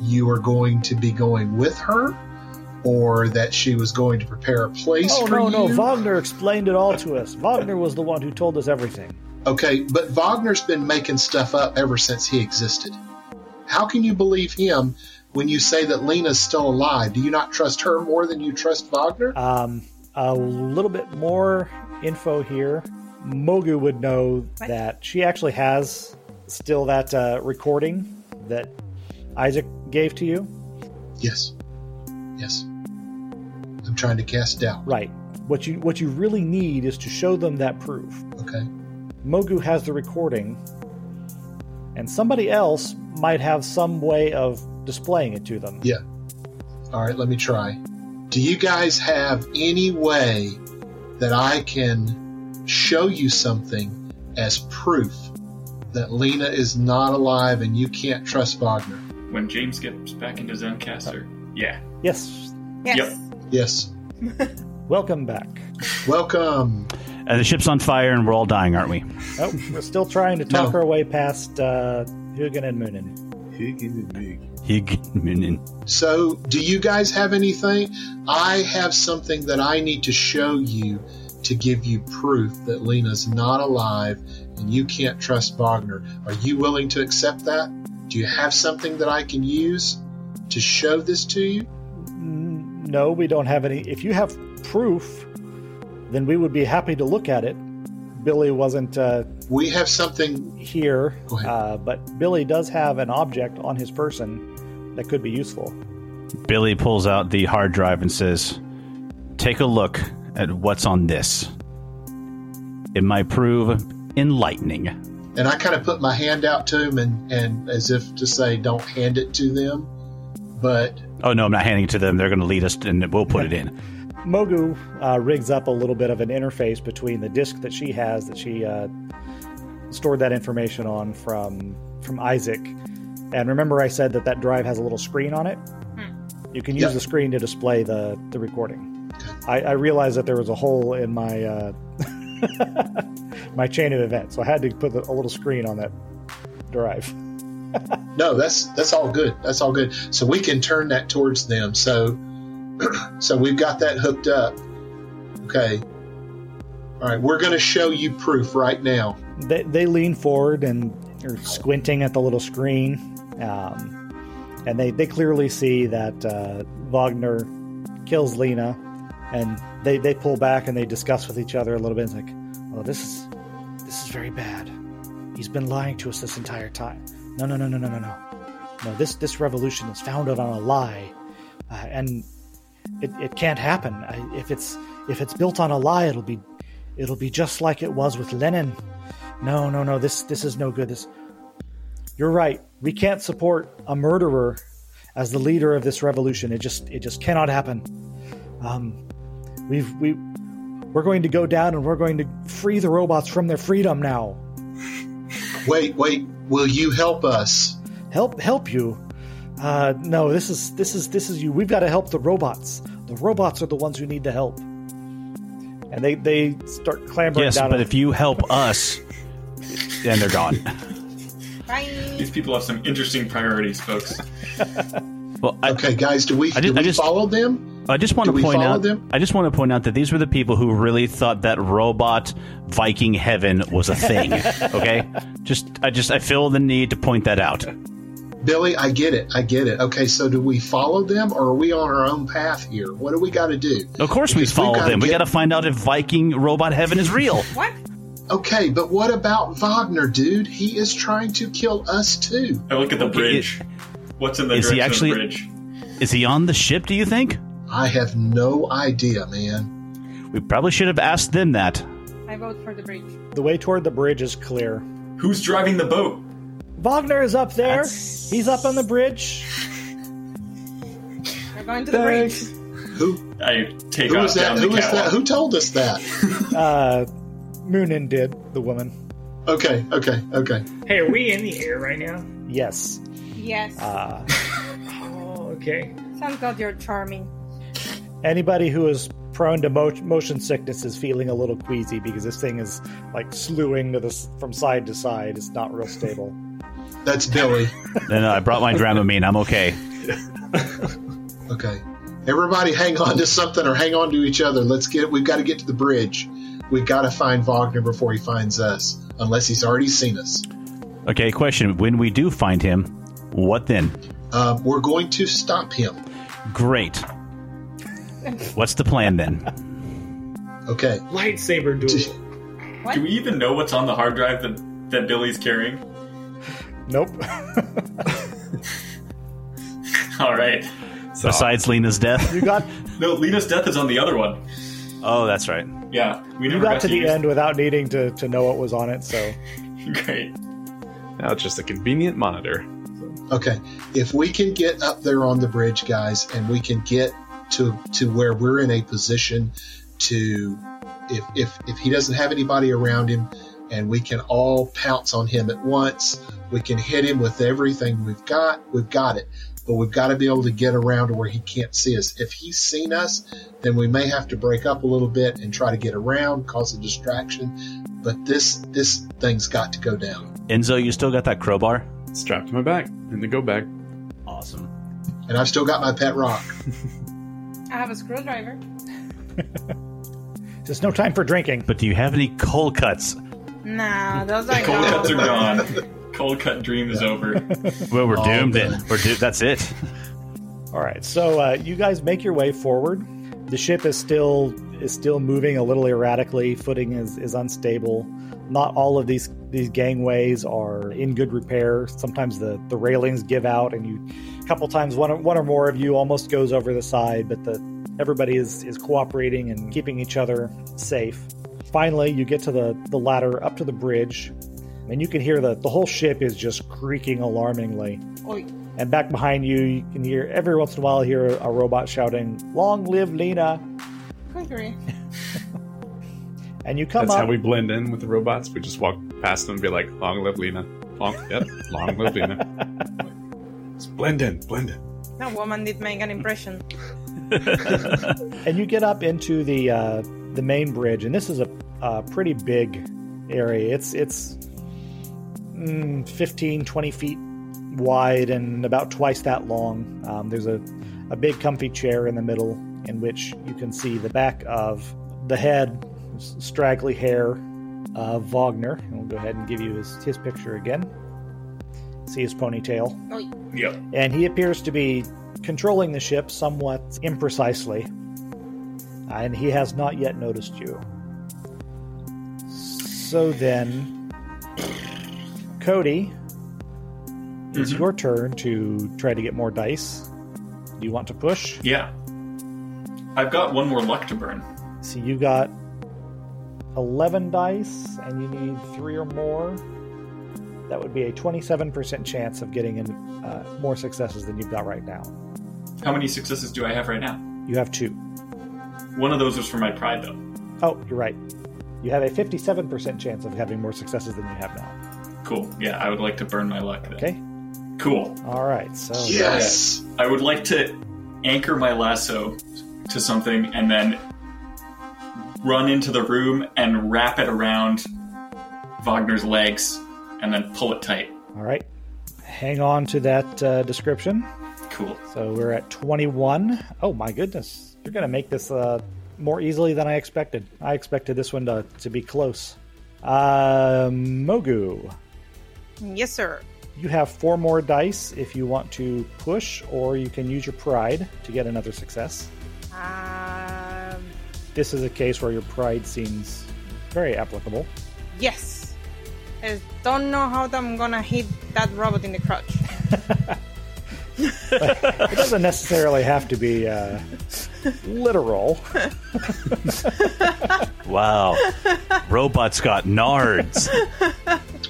S5: you are going to be going with her? Or that she was going to prepare a place
S1: Oh
S5: for
S1: no
S5: you?
S1: no! Wagner explained it all to us. Wagner was the one who told us everything.
S5: Okay, but Wagner's been making stuff up ever since he existed. How can you believe him when you say that Lena's still alive? Do you not trust her more than you trust Wagner?
S1: Um, a little bit more info here. Mogu would know
S2: What?
S1: that she actually has still that uh, recording that Isaac gave to you.
S5: Yes. Yes. I'm trying to cast doubt.
S1: Right. What you what you really need is to show them that proof.
S5: Okay.
S1: Mogu has the recording, and somebody else might have some way of displaying it to them.
S5: Yeah. All right, let me try. Do you guys have any way that I can show you something as proof that Lena is not alive and you can't trust Wagner?
S6: When James gets back into Zencaster. Yeah.
S1: Yes.
S2: Yes.
S5: Yes.
S1: Welcome back.
S5: Welcome.
S7: Uh, the ship's on fire and we're all dying, aren't we?
S1: Oh, we're still trying to talk
S5: No.
S1: our way past uh, Hugin and Moonin.
S3: Higgin and Mig.
S7: Higminin.
S5: So, do you guys have anything? I have something that I need to show you to give you proof that Lena's not alive and you can't trust Wagner. Are you willing to accept that? Do you have something that I can use to show this to you?
S1: No, we don't have any. If you have proof, then we would be happy to look at it. Billy wasn't uh,
S5: We have something.
S1: here,
S5: Go ahead.
S1: uh, but Billy does have an object on his person that could be useful.
S7: Billy pulls out the hard drive and says, Take a look at what's on this. It might prove enlightening.
S5: And I kind of put my hand out to him and, and as if to say, don't hand it to them. But
S7: Oh, no, I'm not handing it to them. They're going to lead us and we'll put it in.
S1: Mogu uh, rigs up a little bit of an interface between the disk that she has that she uh, stored that information on from from Isaac. And remember, I said that that drive has a little screen on it. You can use
S5: Yep.
S1: the screen to display the the recording. I, I realized that there was a hole in my uh, my chain of events, so I had to put the, a little screen on that drive.
S5: no, that's that's all good. That's all good. So we can turn that towards them. So so we've got that hooked up. Okay. All right, we're going to show you proof right now.
S1: they, they lean forward and are squinting at the little screen. Um, and they, they clearly see that uh, Wagner kills Lena. And they, they pull back and they discuss with each other a little bit. It's like, oh, this is, this is very bad. He's been lying to us this entire time. No, no, no, no, no, no, no. No, this, this revolution is founded on a lie. Uh, and it, it can't happen. I, if, it's, if it's built on a lie, it'll be, it'll be just like it was with Lenin. No, no, no. This this is no good. This You're right. We can't support a murderer as the leader of this revolution. It just it just cannot happen. Um we've we we're going to go down and we're going to free the robots from their freedom now.
S5: Wait, wait. Will you help us?
S1: Help help you. Uh no, this is this is this is you. We've got to help the robots. The robots are the ones who need the help. And they they start clambering
S7: Yes,
S1: down.
S7: but
S1: a-
S7: if you help us, then they're gone.
S2: Bye.
S6: These people have some interesting priorities, folks.
S7: Well, I,
S5: Okay, guys, do we
S7: I did-
S5: do we
S7: I just-
S5: follow them?
S7: I just want
S5: Do
S7: to
S5: we
S7: point
S5: follow
S7: out.
S5: them?
S7: I just want to point out that these were the people who really thought that robot Viking heaven was a thing. okay, just I just I feel the need to point that out.
S5: Billy, I get it. I get it. Okay, so do we follow them or are we on our own path here? What do we got to do?
S7: Of course, we
S5: Because
S7: follow
S5: gotta
S7: them. We
S5: get-
S7: got to find out if Viking robot heaven is real.
S2: What?
S5: Okay, but what about Wagner, dude? He is trying to kill us too.
S6: I look at the
S7: Okay,
S6: bridge. What's in the
S7: is he
S6: direction
S7: actually-
S6: of the bridge?
S7: Is he on the ship? Do you think?
S5: I have no idea, man.
S7: We probably should have asked them that.
S2: I vote for the bridge.
S1: the way toward the bridge is clear.
S6: Who's driving the boat?
S1: Wagner is up there. He's up on the bridge.
S2: We're going to the bridge.
S5: Who
S6: I take
S5: who
S6: off
S5: is that?
S6: down
S5: Who
S6: the
S5: is that?
S6: catwalk.
S5: Who told us that?
S1: Uh, Moonin did, the woman.
S5: Okay, okay, okay.
S4: Hey, are we in the air right now?
S1: Yes.
S2: Yes.
S6: Ah.
S1: Uh,
S4: Oh, okay.
S2: Thank God you're charming.
S1: anybody who is prone to mo- motion sickness is feeling a little queasy because this thing is like slewing to this from side to side. It's not real stable.
S5: That's Billy.
S7: And I brought my Dramamine. I'm okay.
S5: Okay. Everybody hang on to something or hang on to each other. Let's get we've got to get to the bridge. We've got to find Wagner before he finds us, unless he's already seen us.
S7: Okay. Question: When we do find him, what then?
S5: Uh, we're going to stop him.
S7: Great. What's the plan then?
S5: Okay.
S4: Lightsaber duel.
S2: What?
S6: Do we even know what's on the hard drive that, that Billy's carrying?
S1: Nope.
S6: All right.
S7: Besides Lena's death.
S1: you got
S6: No, Lena's death is on the other one.
S7: Oh, that's right.
S6: Yeah, we never
S1: you got to the
S6: use-
S1: end without needing to, to know what was on it. So
S6: Great.
S3: Now it's just a convenient monitor.
S5: Okay. If we can get up there on the bridge, guys, and we can get to to where we're in a position to if if if he doesn't have anybody around him and we can all pounce on him at once, we can hit him with everything we've got, we've got it. But we've got to be able to get around to where he can't see us. If he's seen us, then we may have to break up a little bit and try to get around, cause a distraction. But this this thing's got to go down.
S7: Enzo, you still got that crowbar?
S3: Strapped to my back in the go bag.
S7: Awesome.
S5: and I've still got my pet rock.
S2: I have a screwdriver.
S1: There's no time for drinking.
S7: But do you have any cold cuts?
S2: Nah, those are
S6: Cold
S2: gone.
S6: cuts are gone. Cold cut dream is over.
S7: Well, we're doomed.
S5: man.
S7: Then we're do- That's it.
S1: All right, so uh, you guys make your way forward. The ship is still is still moving a little erratically. Footing is, is unstable. Not all of these these gangways are in good repair. Sometimes the, the railings give out, and you a couple times one or- one or more of you almost goes over the side. But the everybody is is cooperating and keeping each other safe. Finally, you get to the the ladder up to the bridge, and you can hear that the whole ship is just creaking alarmingly.
S2: Oy.
S1: And back behind you, you can hear every once in a while hear a robot shouting, "Long live Lena!"
S2: Gregory.
S1: And you come
S3: That's
S1: up.
S3: how we blend in with the robots. We just walk past them and be like, long live Lena. Long, yep, long live Lena. Just blend in, blend in.
S2: That woman did make an impression.
S1: and you get up into the uh, the main bridge, and this is a, a pretty big area. It's it's mm, 15, 20 feet wide and about twice that long. Um, there's a, a big comfy chair in the middle in which you can see the back of the head, s- straggly hair of Wagner. And we'll go ahead and give you his, his picture again. See his ponytail
S2: Oy.
S6: Yep.
S1: and he appears to be controlling the ship somewhat imprecisely, and he has not yet noticed you. So then, Cody, it's your turn to try to get more dice. Do you want to push?
S6: Yeah. I've got one more luck to burn.
S1: So you got 11 dice, and you need three or more. That would be a 27% chance of getting in, uh, more successes than you've got right now.
S6: How many successes do I have right now?
S1: You have two.
S6: One of those was for my pride, though.
S1: Oh, you're right. You have a 57% chance of having more successes than you have now.
S6: Cool. Yeah, I would like to burn my luck. Then.
S1: Okay?
S6: Cool.
S1: All right. So
S5: Yes,
S6: I would like to anchor my lasso to something and then run into the room and wrap it around Wagner's legs and then pull it tight.
S1: All right. Hang on to that uh, description.
S6: Cool.
S1: So we're at 21. Oh, my goodness. You're going to make this uh, more easily than I expected. I expected this one to, to be close. Uh, Mogu,
S2: Yes, sir.
S1: you have four more dice if you want to push, or you can use your pride to get another success.
S2: Um,
S1: This is a case where your pride seems very applicable.
S2: yes. I don't know how I'm gonna hit that robot in the crotch.
S1: It doesn't necessarily have to be uh, literal.
S7: Wow. Robots got nards.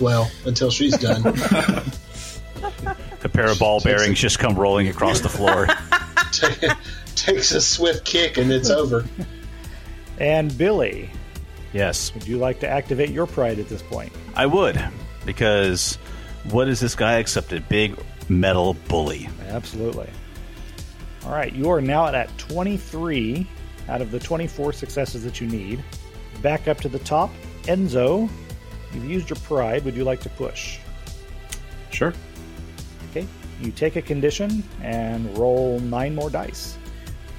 S5: well, until she's done,
S7: A pair of ball bearings just come rolling across the floor.
S5: Ta- takes a swift kick and it's over.
S1: And Billy,
S7: Yes,
S1: would you like to activate your pride at this point?
S7: I would. Because what is this guy except a big metal bully?
S1: Absolutely. All right, you are now at 23 out of the 24 successes that you need. Back up to the top. Enzo, you've used your pride. Would you like to push?
S3: Sure.
S1: Okay, you take a condition and roll nine more dice.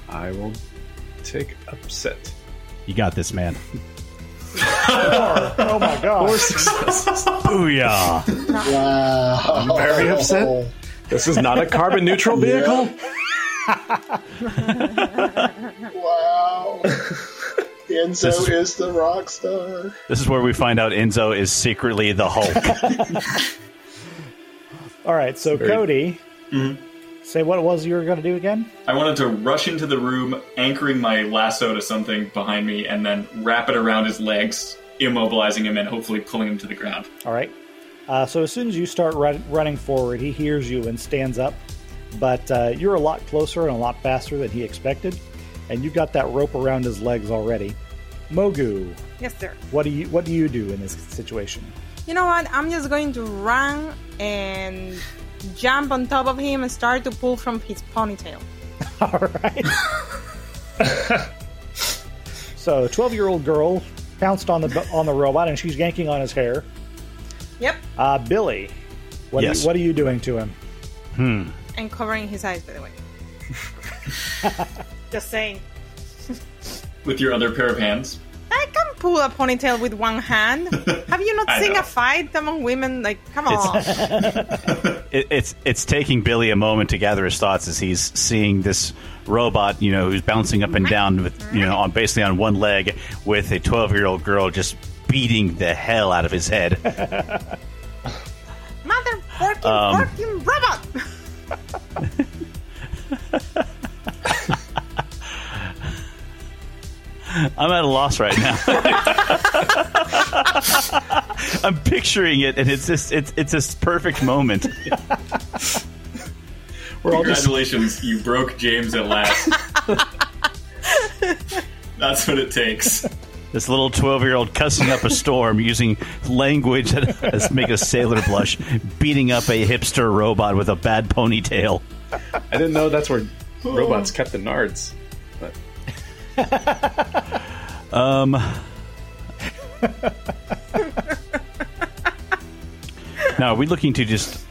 S3: I will take upset.
S7: You got this, man.
S1: Oh my gosh.
S7: Booyah!
S5: Wow, I'm
S3: very upset. This is not a carbon neutral vehicle.
S5: Wow, Enzo
S7: This-
S5: is the rock star.
S7: this is where we find out Enzo is secretly the Hulk.
S1: All right, so Cody, say what it was you were going to do again?
S6: I wanted to rush into the room, anchoring my lasso to something behind me, and then wrap it around his legs, immobilizing him and hopefully pulling him to the ground.
S1: All right. Uh, so as soon as you start run, running forward, he hears you and stands up. But uh, you're a lot closer and a lot faster than he expected, and you've got that rope around his legs already. Mogu,
S2: Yes, sir.
S1: what do you what do you do in this situation?
S2: You know what? I'm just going to run and jump on top of him and start to pull from his ponytail.
S1: All right. so, twelve-year-old girl pounced on the on the robot, and she's yanking on his hair.
S2: Yep.
S1: Uh, Billy, what,
S7: Yes.
S1: are, what are you doing to him?
S2: and covering his eyes, by the way. Just saying.
S6: with your other pair of hands.
S2: I can pull a ponytail with one hand. Have you not
S6: I
S2: seen
S6: know.
S2: a fight among women? Like, come on.
S7: It, it's it's taking Billy a moment to gather his thoughts as he's seeing this robot, you know, who's bouncing up and down with you know on basically on one leg with a twelve year old girl just beating the hell out of his head.
S2: Motherfucking
S7: Um.
S2: fucking robot!
S7: I'm at a loss right now. I'm picturing it, and it's just it's it's this perfect moment.
S8: We're all just
S6: Congratulations, you broke James at last. That's what it takes.
S7: This little twelve year old cussing up a storm using language that has make a sailor blush, beating up a hipster robot with a bad ponytail.
S3: I didn't know that's where robots kept the nards. But
S7: Um. now, are we looking to just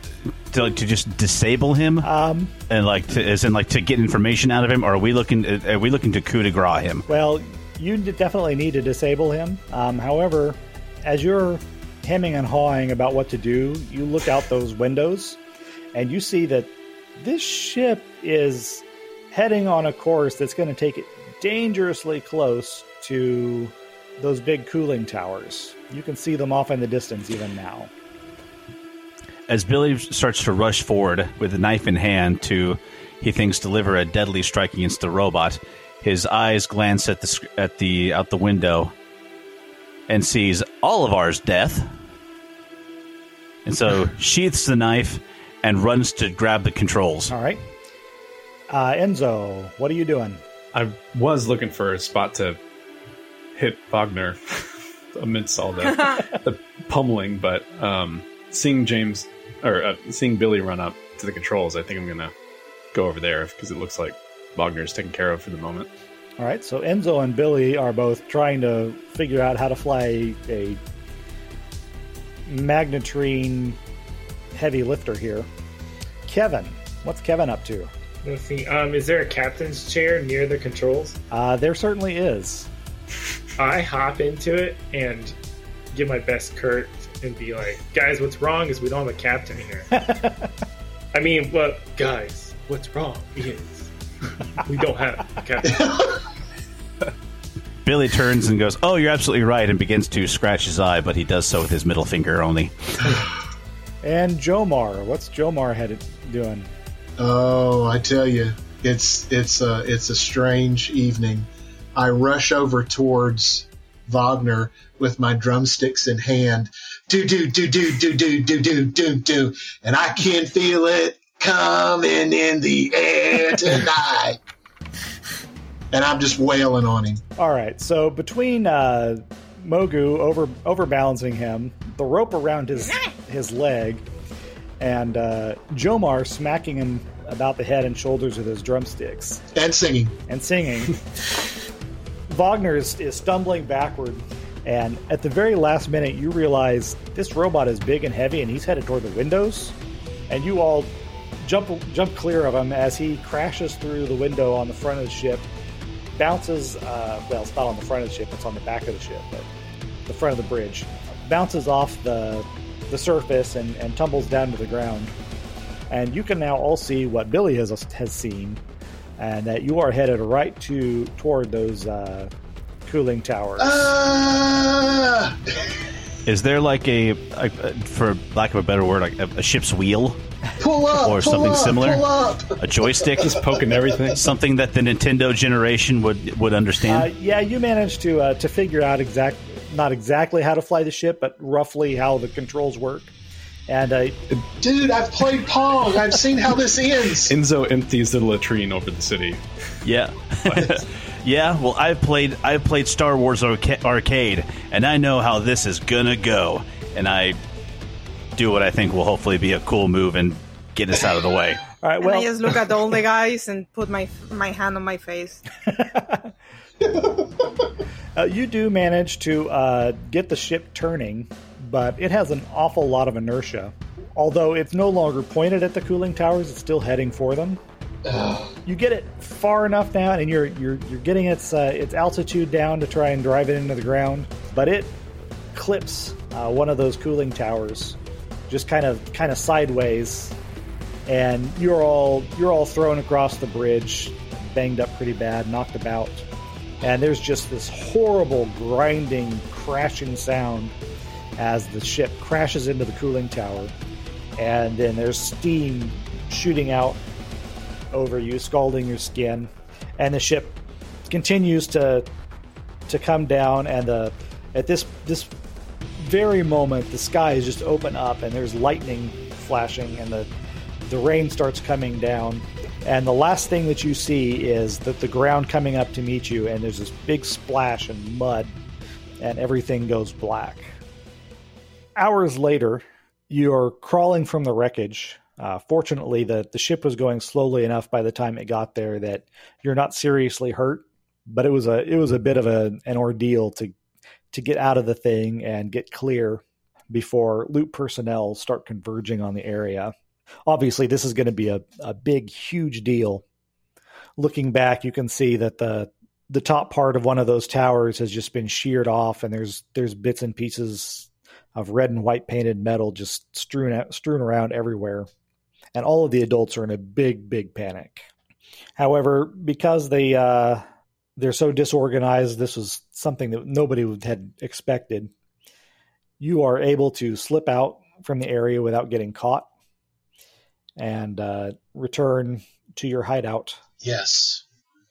S7: to, like, to just disable him,
S1: Um,
S7: and like to, as in like to get information out of him, or are we looking are we looking to coup de grace him?
S1: Well, you d- definitely need to disable him. Um, however, as you're hemming and hawing about what to do, you look out those windows and you see that this ship is heading on a course that's going to take it dangerously close to those big cooling towers. You can see them off in the distance even now.
S7: As Billy starts to rush forward with a knife in hand to, he thinks, deliver a deadly strike against the robot, his eyes glance at the sc- at the out the window, and sees Olivar's death. And so sheaths the knife and runs to grab the controls.
S1: All right. Uh, Enzo, what are you doing?
S3: I was looking for a spot to hit Wagner amidst all the, the pummeling, but um, seeing James or uh, seeing Billy run up to the controls, I think I'm gonna go over there because it looks like Wagner's taken care of for the moment.
S1: All right, so Enzo and Billy are both trying to figure out how to fly a magnetrine heavy lifter here. Kevin, what's Kevin up to?
S4: Let's see. Um, is there a captain's chair near the controls?
S1: Uh, there certainly is.
S4: I hop into it and give my best Kurt and be like, guys, what's wrong is we don't have a captain here. I mean, well, guys, what's wrong is we don't have a captain.
S7: Billy turns and goes, "Oh, you're absolutely right," and begins to scratch his eye, but he does so with his middle finger only.
S1: And Jomar, what's Jomar headed doing?
S5: Oh, I tell you, it's it's a it's a strange evening. I rush over towards Wagner with my drumsticks in hand. Do do do do do do do do do do, and I can feel it coming in the air tonight. and I'm just wailing on him.
S1: All right, so between uh, Mogu over overbalancing him, the rope around his his leg, and uh, Jomar smacking him about the head and shoulders with his drumsticks.
S5: And singing.
S1: and singing. Wagner is, is stumbling backward, and at the very last minute, you realize this robot is big and heavy, and he's headed toward the windows. And you all jump jump clear of him as he crashes through the window on the front of the ship, bounces. Uh, well, it's not on the front of the ship; it's on the back of the ship, but the front of the bridge bounces off the the surface and, and tumbles down to the ground. And you can now all see what Billy has has seen and that you are headed right to toward those uh, cooling towers.
S5: Uh, Ah!
S7: Is there like a, like, uh, for lack of a better word, like a, a ship's wheel,
S5: Pull up,
S7: Or
S5: pull
S7: something
S5: up,
S7: similar?
S5: Pull up.
S7: a joystick,
S3: Poking everything.
S7: something that the Nintendo generation would would
S1: Uh,
S7: understand?
S1: yeah, you managed to uh, to figure out exact not exactly how to fly the ship, but roughly how the controls work. And uh,
S5: Dude, I've played Pong. I've seen how this ends.
S3: Enzo empties the latrine over the city.
S7: yeah, yeah. Well, I've played I've played Star Wars arca- arcade, and I know how this is gonna go. And I do what I think will hopefully be a cool move and get us out of the way.
S1: all right,
S2: And
S1: well,
S2: I just look at all the guys and put my my hand on my face.
S1: uh, you do manage to uh, get the ship turning, but it has an awful lot of inertia, Although it's no longer pointed at the cooling towers, it's still heading for them. You get it far enough now, and you're you're you're getting its uh, its altitude down to try and drive it into the ground, but it clips uh, one of those cooling towers, just kind of kind of sideways, and you're all you're all thrown across the bridge, banged up pretty bad, knocked about, and there's just this horrible grinding, crashing sound as the ship crashes into the cooling tower, and then there's steam shooting out over you, scalding your skin, and the ship continues to to come down. And uh, at this this very moment, the sky is just open up, and there's lightning flashing, and the the rain starts coming down. And the last thing that you see is that the ground coming up to meet you, and there's this big splash and mud, and everything goes black. Hours later, you're crawling from the wreckage. Uh, fortunately, the, the ship was going slowly enough by the time it got there that you're not seriously hurt, but it was a it was a bit of a, an ordeal to to get out of the thing and get clear before loot personnel start converging on the area. Obviously, this is going to be a, a big, huge deal. Looking back, you can see that the the top part of one of those towers has just been sheared off, and there's there's bits and pieces of red and white painted metal just strewn out, strewn around everywhere, and all of the adults are in a big, big panic. However, because they uh, they're so disorganized, this was something that nobody would- had expected. You are able to slip out from the area without getting caught, and uh, return to your hideout.
S5: Yes.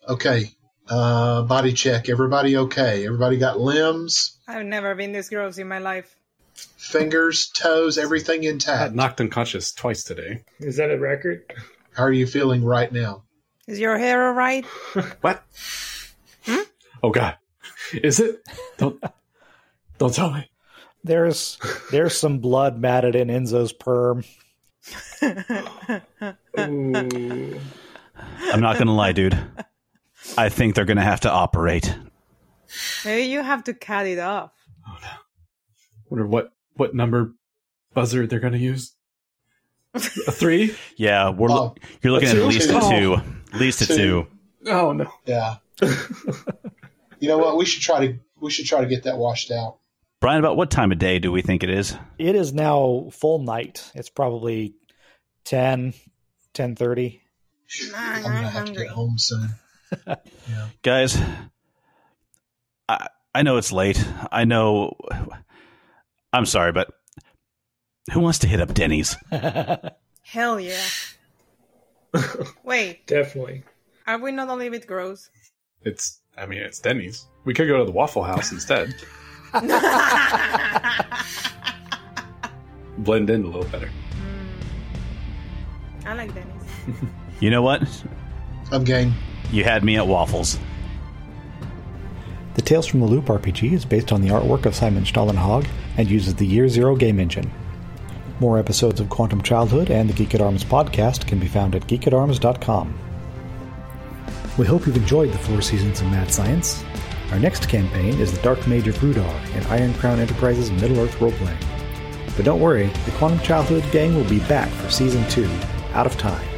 S5: Okay. Uh, body check. Everybody okay? Everybody got limbs,
S2: I've never been this gross in my life.
S5: fingers, toes, everything
S3: I
S5: intact.
S3: got knocked unconscious twice today.
S4: Is that a record?
S5: How are you feeling right now?
S2: Is your hair alright?
S3: What? Oh God, is it? Don't don't tell me.
S1: There's there's some blood matted in Enzo's perm.
S4: Ooh.
S7: I'm not gonna lie, dude. I think they're gonna have to operate.
S2: Maybe you have to cut it off.
S3: Wonder what what number buzzer they're gonna use. A three?
S7: Yeah, we're lo-
S5: Oh,
S7: you're looking at
S5: two?
S7: at least a two,
S3: Oh.
S7: at least a
S5: Two.
S7: two.
S3: Oh no.
S5: Yeah. you know what? We should try to we should try to get that washed out.
S7: Brian, about what time of day do we think it is?
S1: It is now full night. It's probably 10, 10.30.
S5: I'm gonna have to get home soon.
S7: guys i i know it's late i know i'm sorry but who wants to hit up denny's
S2: Hell yeah. Wait,
S4: Definitely.
S2: are we not a little bit gross?
S3: It's I mean it's Denny's. We could go to the Waffle House instead. Blend in a little better.
S2: I like Dennis.
S7: you know what
S5: I'm game.
S7: you had me at waffles
S8: The Tales from the Loop RPG is based on the artwork of Simon Stalenhag and uses the Year Zero game engine. More episodes of Quantum Childhood and the Geek at Arms podcast can be found at geekatarms.com. We hope you've enjoyed the four seasons of Mad Science. Our next campaign is the Dark Mage of Rudar in Iron Crown Enterprises Middle Earth roleplaying. But don't worry, the Quantum Childhood gang will be back for season two, out of time.